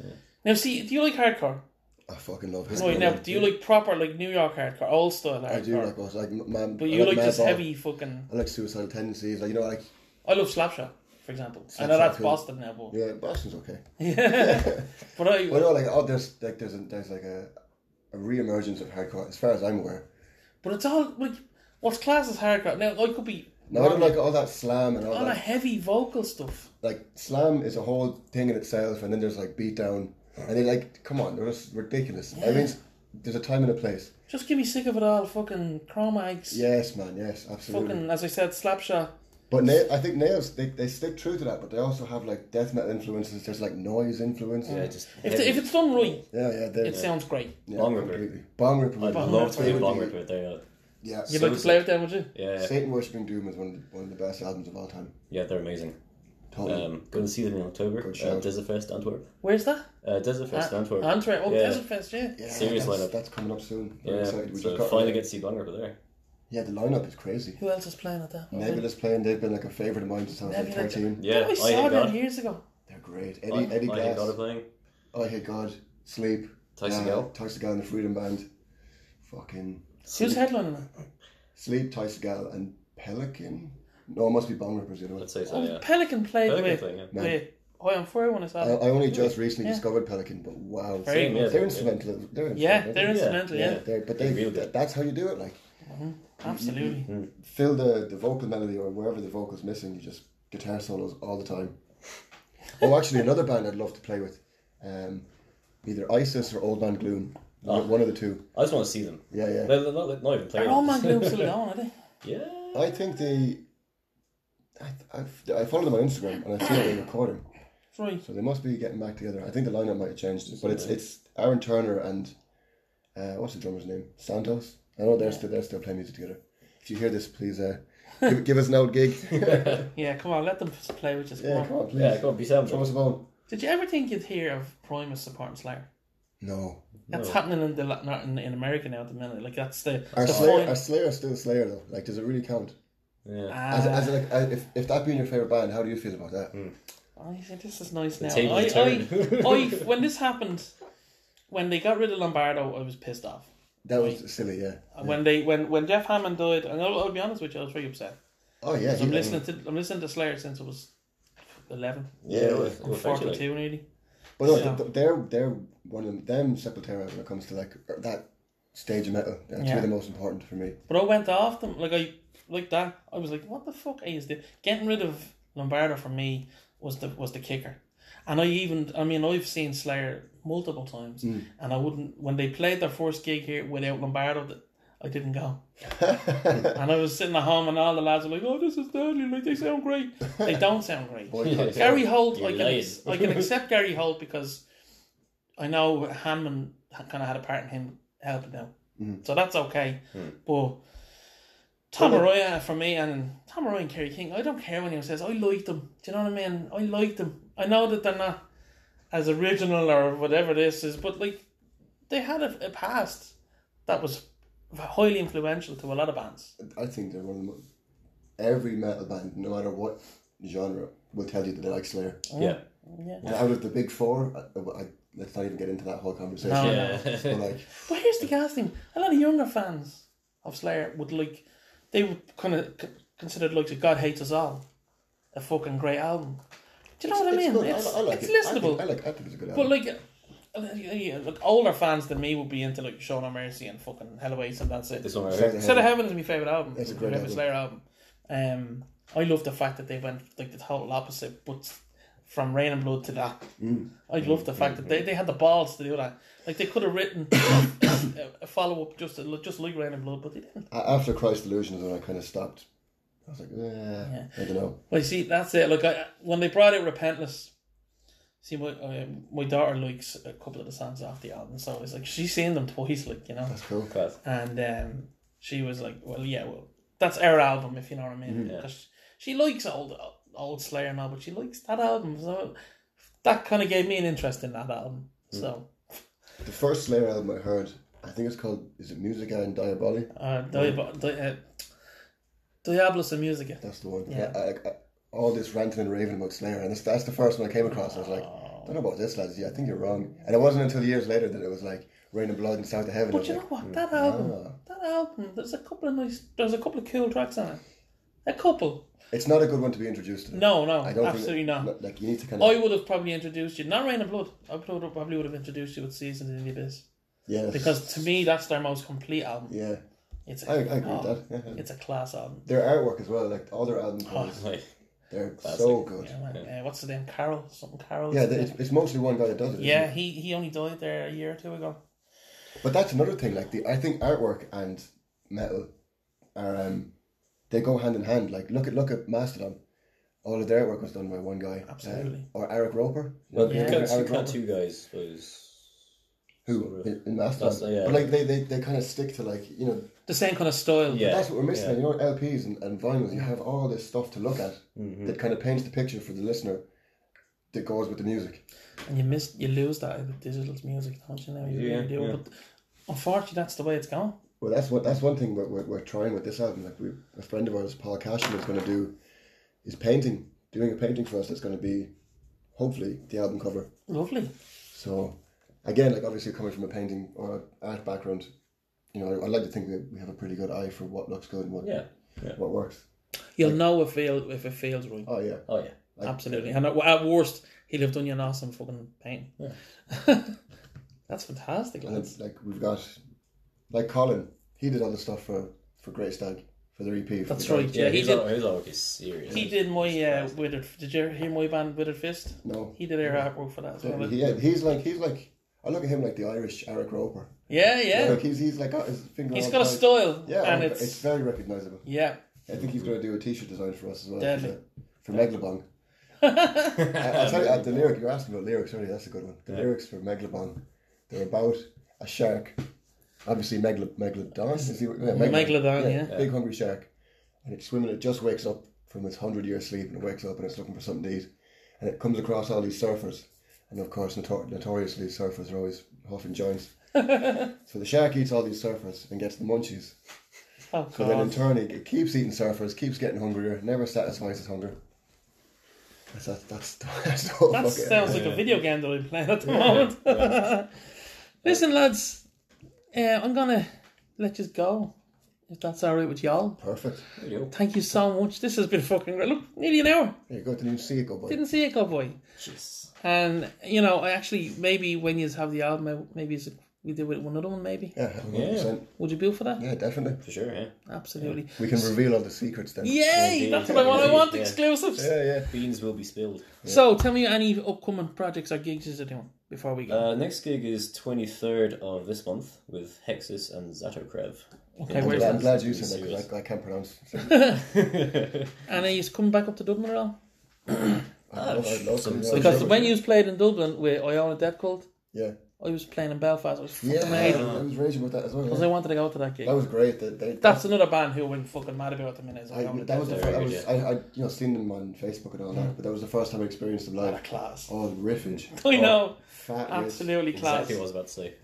Now, see, do you like hardcore?
I fucking love
No,
hardcore.
now, do you like proper like New York hardcore, old style hardcore?
I do like both. Like man,
But you
I
like this
Madball.
heavy fucking.
I like suicidal tendencies. Like you know, like
I love Slapshot, for example. I
Slapshot
know that's
cool.
Boston now, but
yeah, Boston's okay.
but I
But no, like oh, there's like there's a, there's like a a reemergence of hardcore, as far as I'm aware.
But it's all like what's class is hardcore. Now I could be
Now I don't like all that slam and all
on a
that.
heavy vocal stuff.
Like slam is a whole thing in itself, and then there's like beatdown, and they like come on, they're just ridiculous. I mean, there's a time and a place.
Just give me sick of it all. Fucking Chromags.
Yes, man. Yes, absolutely.
Fucking as I said, Slapshot.
But na- I think nails they, they stick true to that, but they also have like death metal influences. There's like noise influences.
Yeah, just
If, the, if it's done right,
yeah, yeah. They're,
it sounds great.
yeah,
Bong Ripper.
completely. Bong Ripper.
I'd
would be-
love to be
they
a
would
bong
be-
ripper with there.
Yeah.
You'd like to play with them, would you?
Yeah,
Satan Worshipping Doom is one of, the, one of the best albums of all time.
yeah, they're amazing.
Totally.
Um, go and see them in October. Uh,
shout.
Desert Fest Antwerp.
Where's that?
Uh, Desert Fest Antwerp.
Antwerp. Oh,
Yeah.
Desert Fest. Yeah.
yeah,
serious
that's,
lineup.
that's coming up soon. Very
Yeah,
excited. We
so
just got
finally get to see bong ripper there.
yeah, the lineup is crazy.
Who else is playing at that?
Nebula's playing. They've been like a favorite of mine since I was like
Nebula.
13.
Yeah,
I
I
saw
hate
them
God.
years ago.
They're great. Eddie, Eddie
I hate
Glass.
God are playing.
I hate God. Sleep.
Tyson Gale.
Tyson Gale and the Freedom Band. Fucking
Who's headlining it?
Sleep, Tyson Gale and Pelican. No, it must be Bomb Rippers. The other one.
Let's say so.
Oh,
yeah.
Pelican played
Pelican
with.
playing, yeah.
Man.
with oh, I'm for when I saw
I,
them.
I only just recently
Yeah.
discovered Pelican, but wow,
Very
Same, yeah,
they're
they're-
instrumental. They're
yeah,
instrumental.
they're instrumental. Yeah.
yeah.
They're- but they
Real good.
that's how you do it. Like
Absolutely.
fill the, the vocal melody or wherever the vocal's missing, you just guitar solos all the time. oh, actually, another band I'd love to play with, um, either Isis or Old Man Gloom, One- one of the two.
I just want to see them.
Yeah, yeah.
They're, they're not, they're not even playing.
Are all man gloom still going, are they?
yeah.
I think they, I, I, I follow them on Instagram and I see they recording,
Right.
so they must be getting back together. I think the lineup might have changed, but it's it's Aaron Turner and uh, what's the drummer's name? Santos. I know they're still they're still playing music together. If you hear this, please uh, give, give us an old gig.
Yeah, come on, let them just play with us. Come
yeah,
on.
come on, please.
Yeah, go on, be sound.
Throw us a bone.
Did you ever think you'd hear of Primus supporting Slayer?
No.
That's happening in the not in, in America now at the minute. Like that's the,
Are
the
Slayer,
point-
are Slayer still Slayer though? Like, does it really count?
Yeah.
Ah,
As, as like, as, if, if that being your favorite band, how do you feel about that?
Hmm. Ah, I think this is nice now.
tables
I,
turned.
I, I, when this happened, when they got rid of Lombardo, I was pissed off.
That was silly, yeah.
And When they when when Jeff Hammond died, and I'll, I'll be honest with you, I was very upset.
Oh yeah,
I'm
he-
listening to I'm listening to Slayer since I was eleven,
Yeah,
yeah.
it will- it will
I'm
affect you, like.
forty-two nearly.
But no,
Yeah.
th- they're they're one of them, them Sepultura when it comes to like er, that stage of metal. They're two
Yeah.
of the most important for me.
But I went off them like I like that. I was like, what the fuck is this? Getting rid of Lombardo for me was the was the kicker. And I even I mean I've seen Slayer multiple times, and I wouldn't when they played their first gig here without Lombardo that. I didn't go, and I was sitting at home, and all the lads were like, "Oh, this is deadly! Like they sound great. They don't sound great.
Boycott.
Gary Holt,
You're
I can,
lying.
I can accept Gary Holt because I know Hammond kind of had a part in him helping them.
Mm-hmm.
So that's okay.
Hmm.
But Tom Arroyo for me and Tom Arroyo and Kerry King, I don't care when anyone says, I like them. Do you know what I mean? I like them. I know that they're not as original or whatever this is, but like they had a, a past that was highly influential to a lot of bands.
I think they're one of the mo- every metal band, no matter what genre, will tell you that they like Slayer.
Yeah.
And out of the big four, I, I, let's not even get into that whole conversation.
No,
Yeah.
But like,
But here's the gas thing: a lot of younger fans of Slayer would like, they would kind of c- consider the likes of "God Hates Us All" a fucking great album. Do you know what I mean?
good.
It's, it's
it. I
listenable,
think, I like. I think it's a good album.
but like, uh, yeah, like older fans than me would be into like "Show No Mercy" and fucking "Hell Awaits" and that's it.
This one right
Sorry
here.
to
"Set of
hear.
Heaven" is my favorite album.
It's a
my
great
favorite
album.
Slayer album. Um, I love the fact that they went like the total opposite, but from Rain and Blood to that.
Mm.
I love the fact that they, they had the balls to do that. Like they could have written a, a follow up just to- just like Rain and Blood, but they didn't.
A- after Christ Illusions, when I kind of stopped, I was like, eh, I don't know.
Well, you see, that's it. Like I, when they brought out Repentless, see, my uh, my daughter likes a couple of the songs off the album, so it's like she's seen them twice, like you know,
That's cool.
Class.
and um, she was like, well, yeah, well, that's our album, if you know what I
Mm-hmm.
mean, because she likes old old Slayer and all, but she likes that album, so that kind of gave me an interest in that album.
Mm.
So
The first Slayer album I heard, I think it's called. Is it Musica and Diaboli?
Uh,
Mm.
Diab- Di- uh, Diablos and Musica.
That's the one.
Yeah.
I, I, I, all this ranting and raving about Slayer, and this, that's the first one I came across. And I was like,
Oh.
I don't know about this, lads. Yeah, I think you're wrong. And it wasn't until years later that it was like Rain and Blood and South of Heaven. I
But
was
you know
like,
what? That album,
Ah.
that album. There's a couple of nice. There's a couple of cool tracks on it. A couple.
it's not a good one to be introduced to.
No, no,
I don't
absolutely
think,
not.
Like you need to kind of.
I would have probably introduced you, not Rain and Blood. I would have- probably would have introduced you with Seasons in the Abyss
yeah,
because to me that's their most complete album.
yeah,
It's a,
I, I agree
oh,
with that. Yeah.
It's a class um, album.
Their artwork as well, like all their album covers,
Like,
they're so good.
Yeah, man. Uh, what's the name? Carol something. Carol.
Yeah, they- it's, it's mostly one guy that does it. isn't
yeah.
it?
He he only died there a year or two ago.
But that's another thing. Like the, I think artwork and metal are um, they go hand in hand. Like look at look at Mastodon. All of their work was done by one guy.
Absolutely.
Uh, or Eric Roper.
well,
Yeah.
you can't, you
Eric
can't
Roper.
two guys. but it's-
Who in, in Mastodon?
Mastodon, yeah.
But like they, they, they kind of stick to like you know
The same kind of style.
Yeah.
that's what we're missing. You know LPs and, and vinyls. You have all this stuff to look at
Mm-hmm.
that kind of paints the picture for the listener that goes with the music.
And you miss, you lose that in digital music, don't you? Now you
Yeah,
really do.
yeah.
But unfortunately, that's the way it's going.
Well, that's one that's one thing we're, we're, we're trying with this album. Like we, a friend of ours, Paul Cashman, is going to do is painting, doing a painting for us. That's going to be hopefully the album cover.
Lovely.
So again, like obviously coming from a painting or an art background, you know, I, I like to think that we have a pretty good eye for what looks good and what
Yeah. Yeah.
what works.
You'll know if feel if it feels right.
Oh yeah,
Oh yeah.
Absolutely. And at, at worst, he'll have done you an awesome fucking pain. that's fantastic.
and
Lads.
it's like we've got like Colin, he did all the stuff for for Great Stag for their EP. for
That's
the band.
right.
Yeah,
Yeah, he
his
did-
ar- his artwork is serious.
He did my uh, withered. Did you hear my band Withered Fist?
No.
He did our artwork for that. As well.
Yeah, he's like he's like I look at him like the Irish Eric Roper.
Yeah, yeah.
Like he's he's like got his finger.
He's
on
got a
the-
style,
Yeah,
and
it's,
it's
very recognizable.
yeah.
I think he's going to do a T-shirt design for us as well. for
Deadly.
the- For Megalobon. I, I tell you, uh, the lyric you're asking about lyrics. Sorry, that's a good one. The lyrics for Megalobon, they're about a shark. Obviously, Megalo- Megalodon. Is he, yeah,
Megalodon, yeah.
big hungry shark, and it's swimming. It just wakes up from its hundred-year sleep, and it wakes up and it's looking for something to eat, and it comes across all these surfers, and of course, notor- notoriously, surfers are always huffing joints. so the shark eats all these surfers and gets the munchies.
Oh
So then in
god.
turn, it keeps eating surfers, keeps getting hungrier, never satisfies its hunger. That's that's that's, that's the whole
That
fucking-
sounds like a video game that I'm playing at the moment. Listen, lads, uh, I'm gonna let you go if that's all right with y'all.
perfect.
There you go.
Thank you so much. This has been fucking great. Look, nearly an hour.
There you go. Didn't even see it go by.
Didn't see it go by.
Jeez.
And you know, I actually maybe when you have the album, out, maybe it's a, we do it with another one. Maybe
Yeah, 100%.
would you bill for that?
yeah, definitely.
For sure, yeah.
Absolutely.
We can reveal all the secrets then.
Yay!
Indeed.
That's what I want. I want
Yeah.
exclusives.
yeah, yeah.
Beans will be spilled.
So tell me any upcoming projects or gigs you're doing before we go.
Uh, next gig is 23rd of this month with Hexus and Zatokrev.
okay,
I'm
where's
glad, I'm
that?
glad you said that because I, I can't pronounce.
And are you coming back up to Dublin at all?
I love, I love
some-
it.
some-
Because when you played in Dublin with oh, Iona Dead Cult,
yeah,
I Oh, was playing in Belfast. It was fucking
yeah,
amazing.
I, was raging about that as well.
Because
yeah.
I wanted to go to that gig.
That was great. That they,
That's another band who I'm fucking mad about at the minute. Is
I,
Iona
that
Dead
was the
Cult.
first, I
good,
was
yeah.
I, I you know seen them on Facebook and all
Mm.
that, but that was the first time I experienced them live.
class.
Oh, the riffage.
I know.
Fat riffs.
Absolutely class.
Exactly what I was about to say.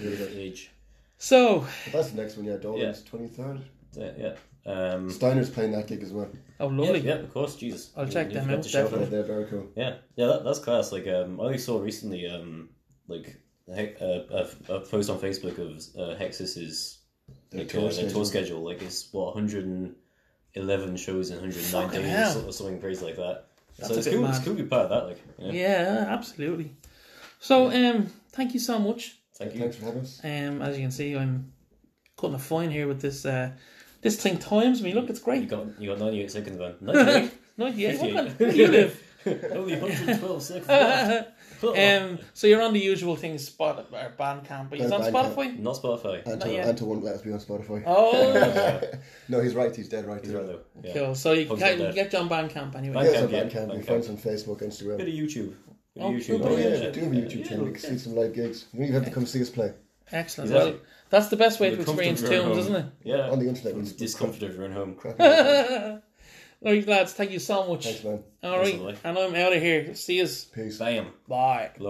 Yeah, really good.
Age.
So,
But that's the next one. Yeah, Dolan's twenty third.
Yeah. yeah.
Mm.
Um,
Steiner's playing that gig as well.
oh,
yeah,
lovely.
yeah, of course, Jesus.
I'll check
You
them
forgot
out,
to shout
definitely.
Yeah, they're very cool.
Yeah, yeah, that, that's class. Like, um, I only saw recently, um, like he- uh, a, a post on Facebook of uh, Hexus's
Their
like,
tour
tour, their
schedule.
tour schedule. Like, it's what 111 shows in 109
Fucking
days
hell.
or something crazy like that.
That's
so
a
it's
bit
cool. It's
mad.
cool to be part of that. Like, yeah.
Yeah, absolutely. So, um, thank you so much.
thank you.
Thanks for having us.
Um, as you can see, I'm cutting a fine here with this. Uh, this thing times me. Look, it's
You
great.
got you got 98 seconds, man. 98.
No, yeah, what
58.
kind of- where do you live?
Only 112 seconds. left.
Um, so you're on the usual thing, Spot or Bandcamp, but he's on
Bandcamp.
Spotify.
Not Spotify.
And
Not yet.
to, and to won't let us be on Spotify.
Oh,
No, he's right. He's dead right.
He's right though. Yeah.
cool. So you
Hope's
can
not
you get you on Bandcamp anyway.
Bandcamp.
Yes, on
yeah,
Bandcamp. You
Bandcamp.
find us on Facebook, Instagram.
Bit of YouTube. Bit
Oh,
of YouTube.
cool.
Oh yeah,
yeah.
we do have a YouTube
Yeah,
channel. We can see some live gigs. You don't even have to come see us play
Excellent.
Exactly.
Well, that's the best way
The
to experience
comfort of your
tunes, isn't
home.
it?
Yeah.
on the internet. We'll just
Discomfort of your own home.
crap in it.
Right, lads, thank you so much.
Thanks, man.
All right,
Thanks a lot.
and I'm out of here. See you.
Peace.
Bam.
Bye.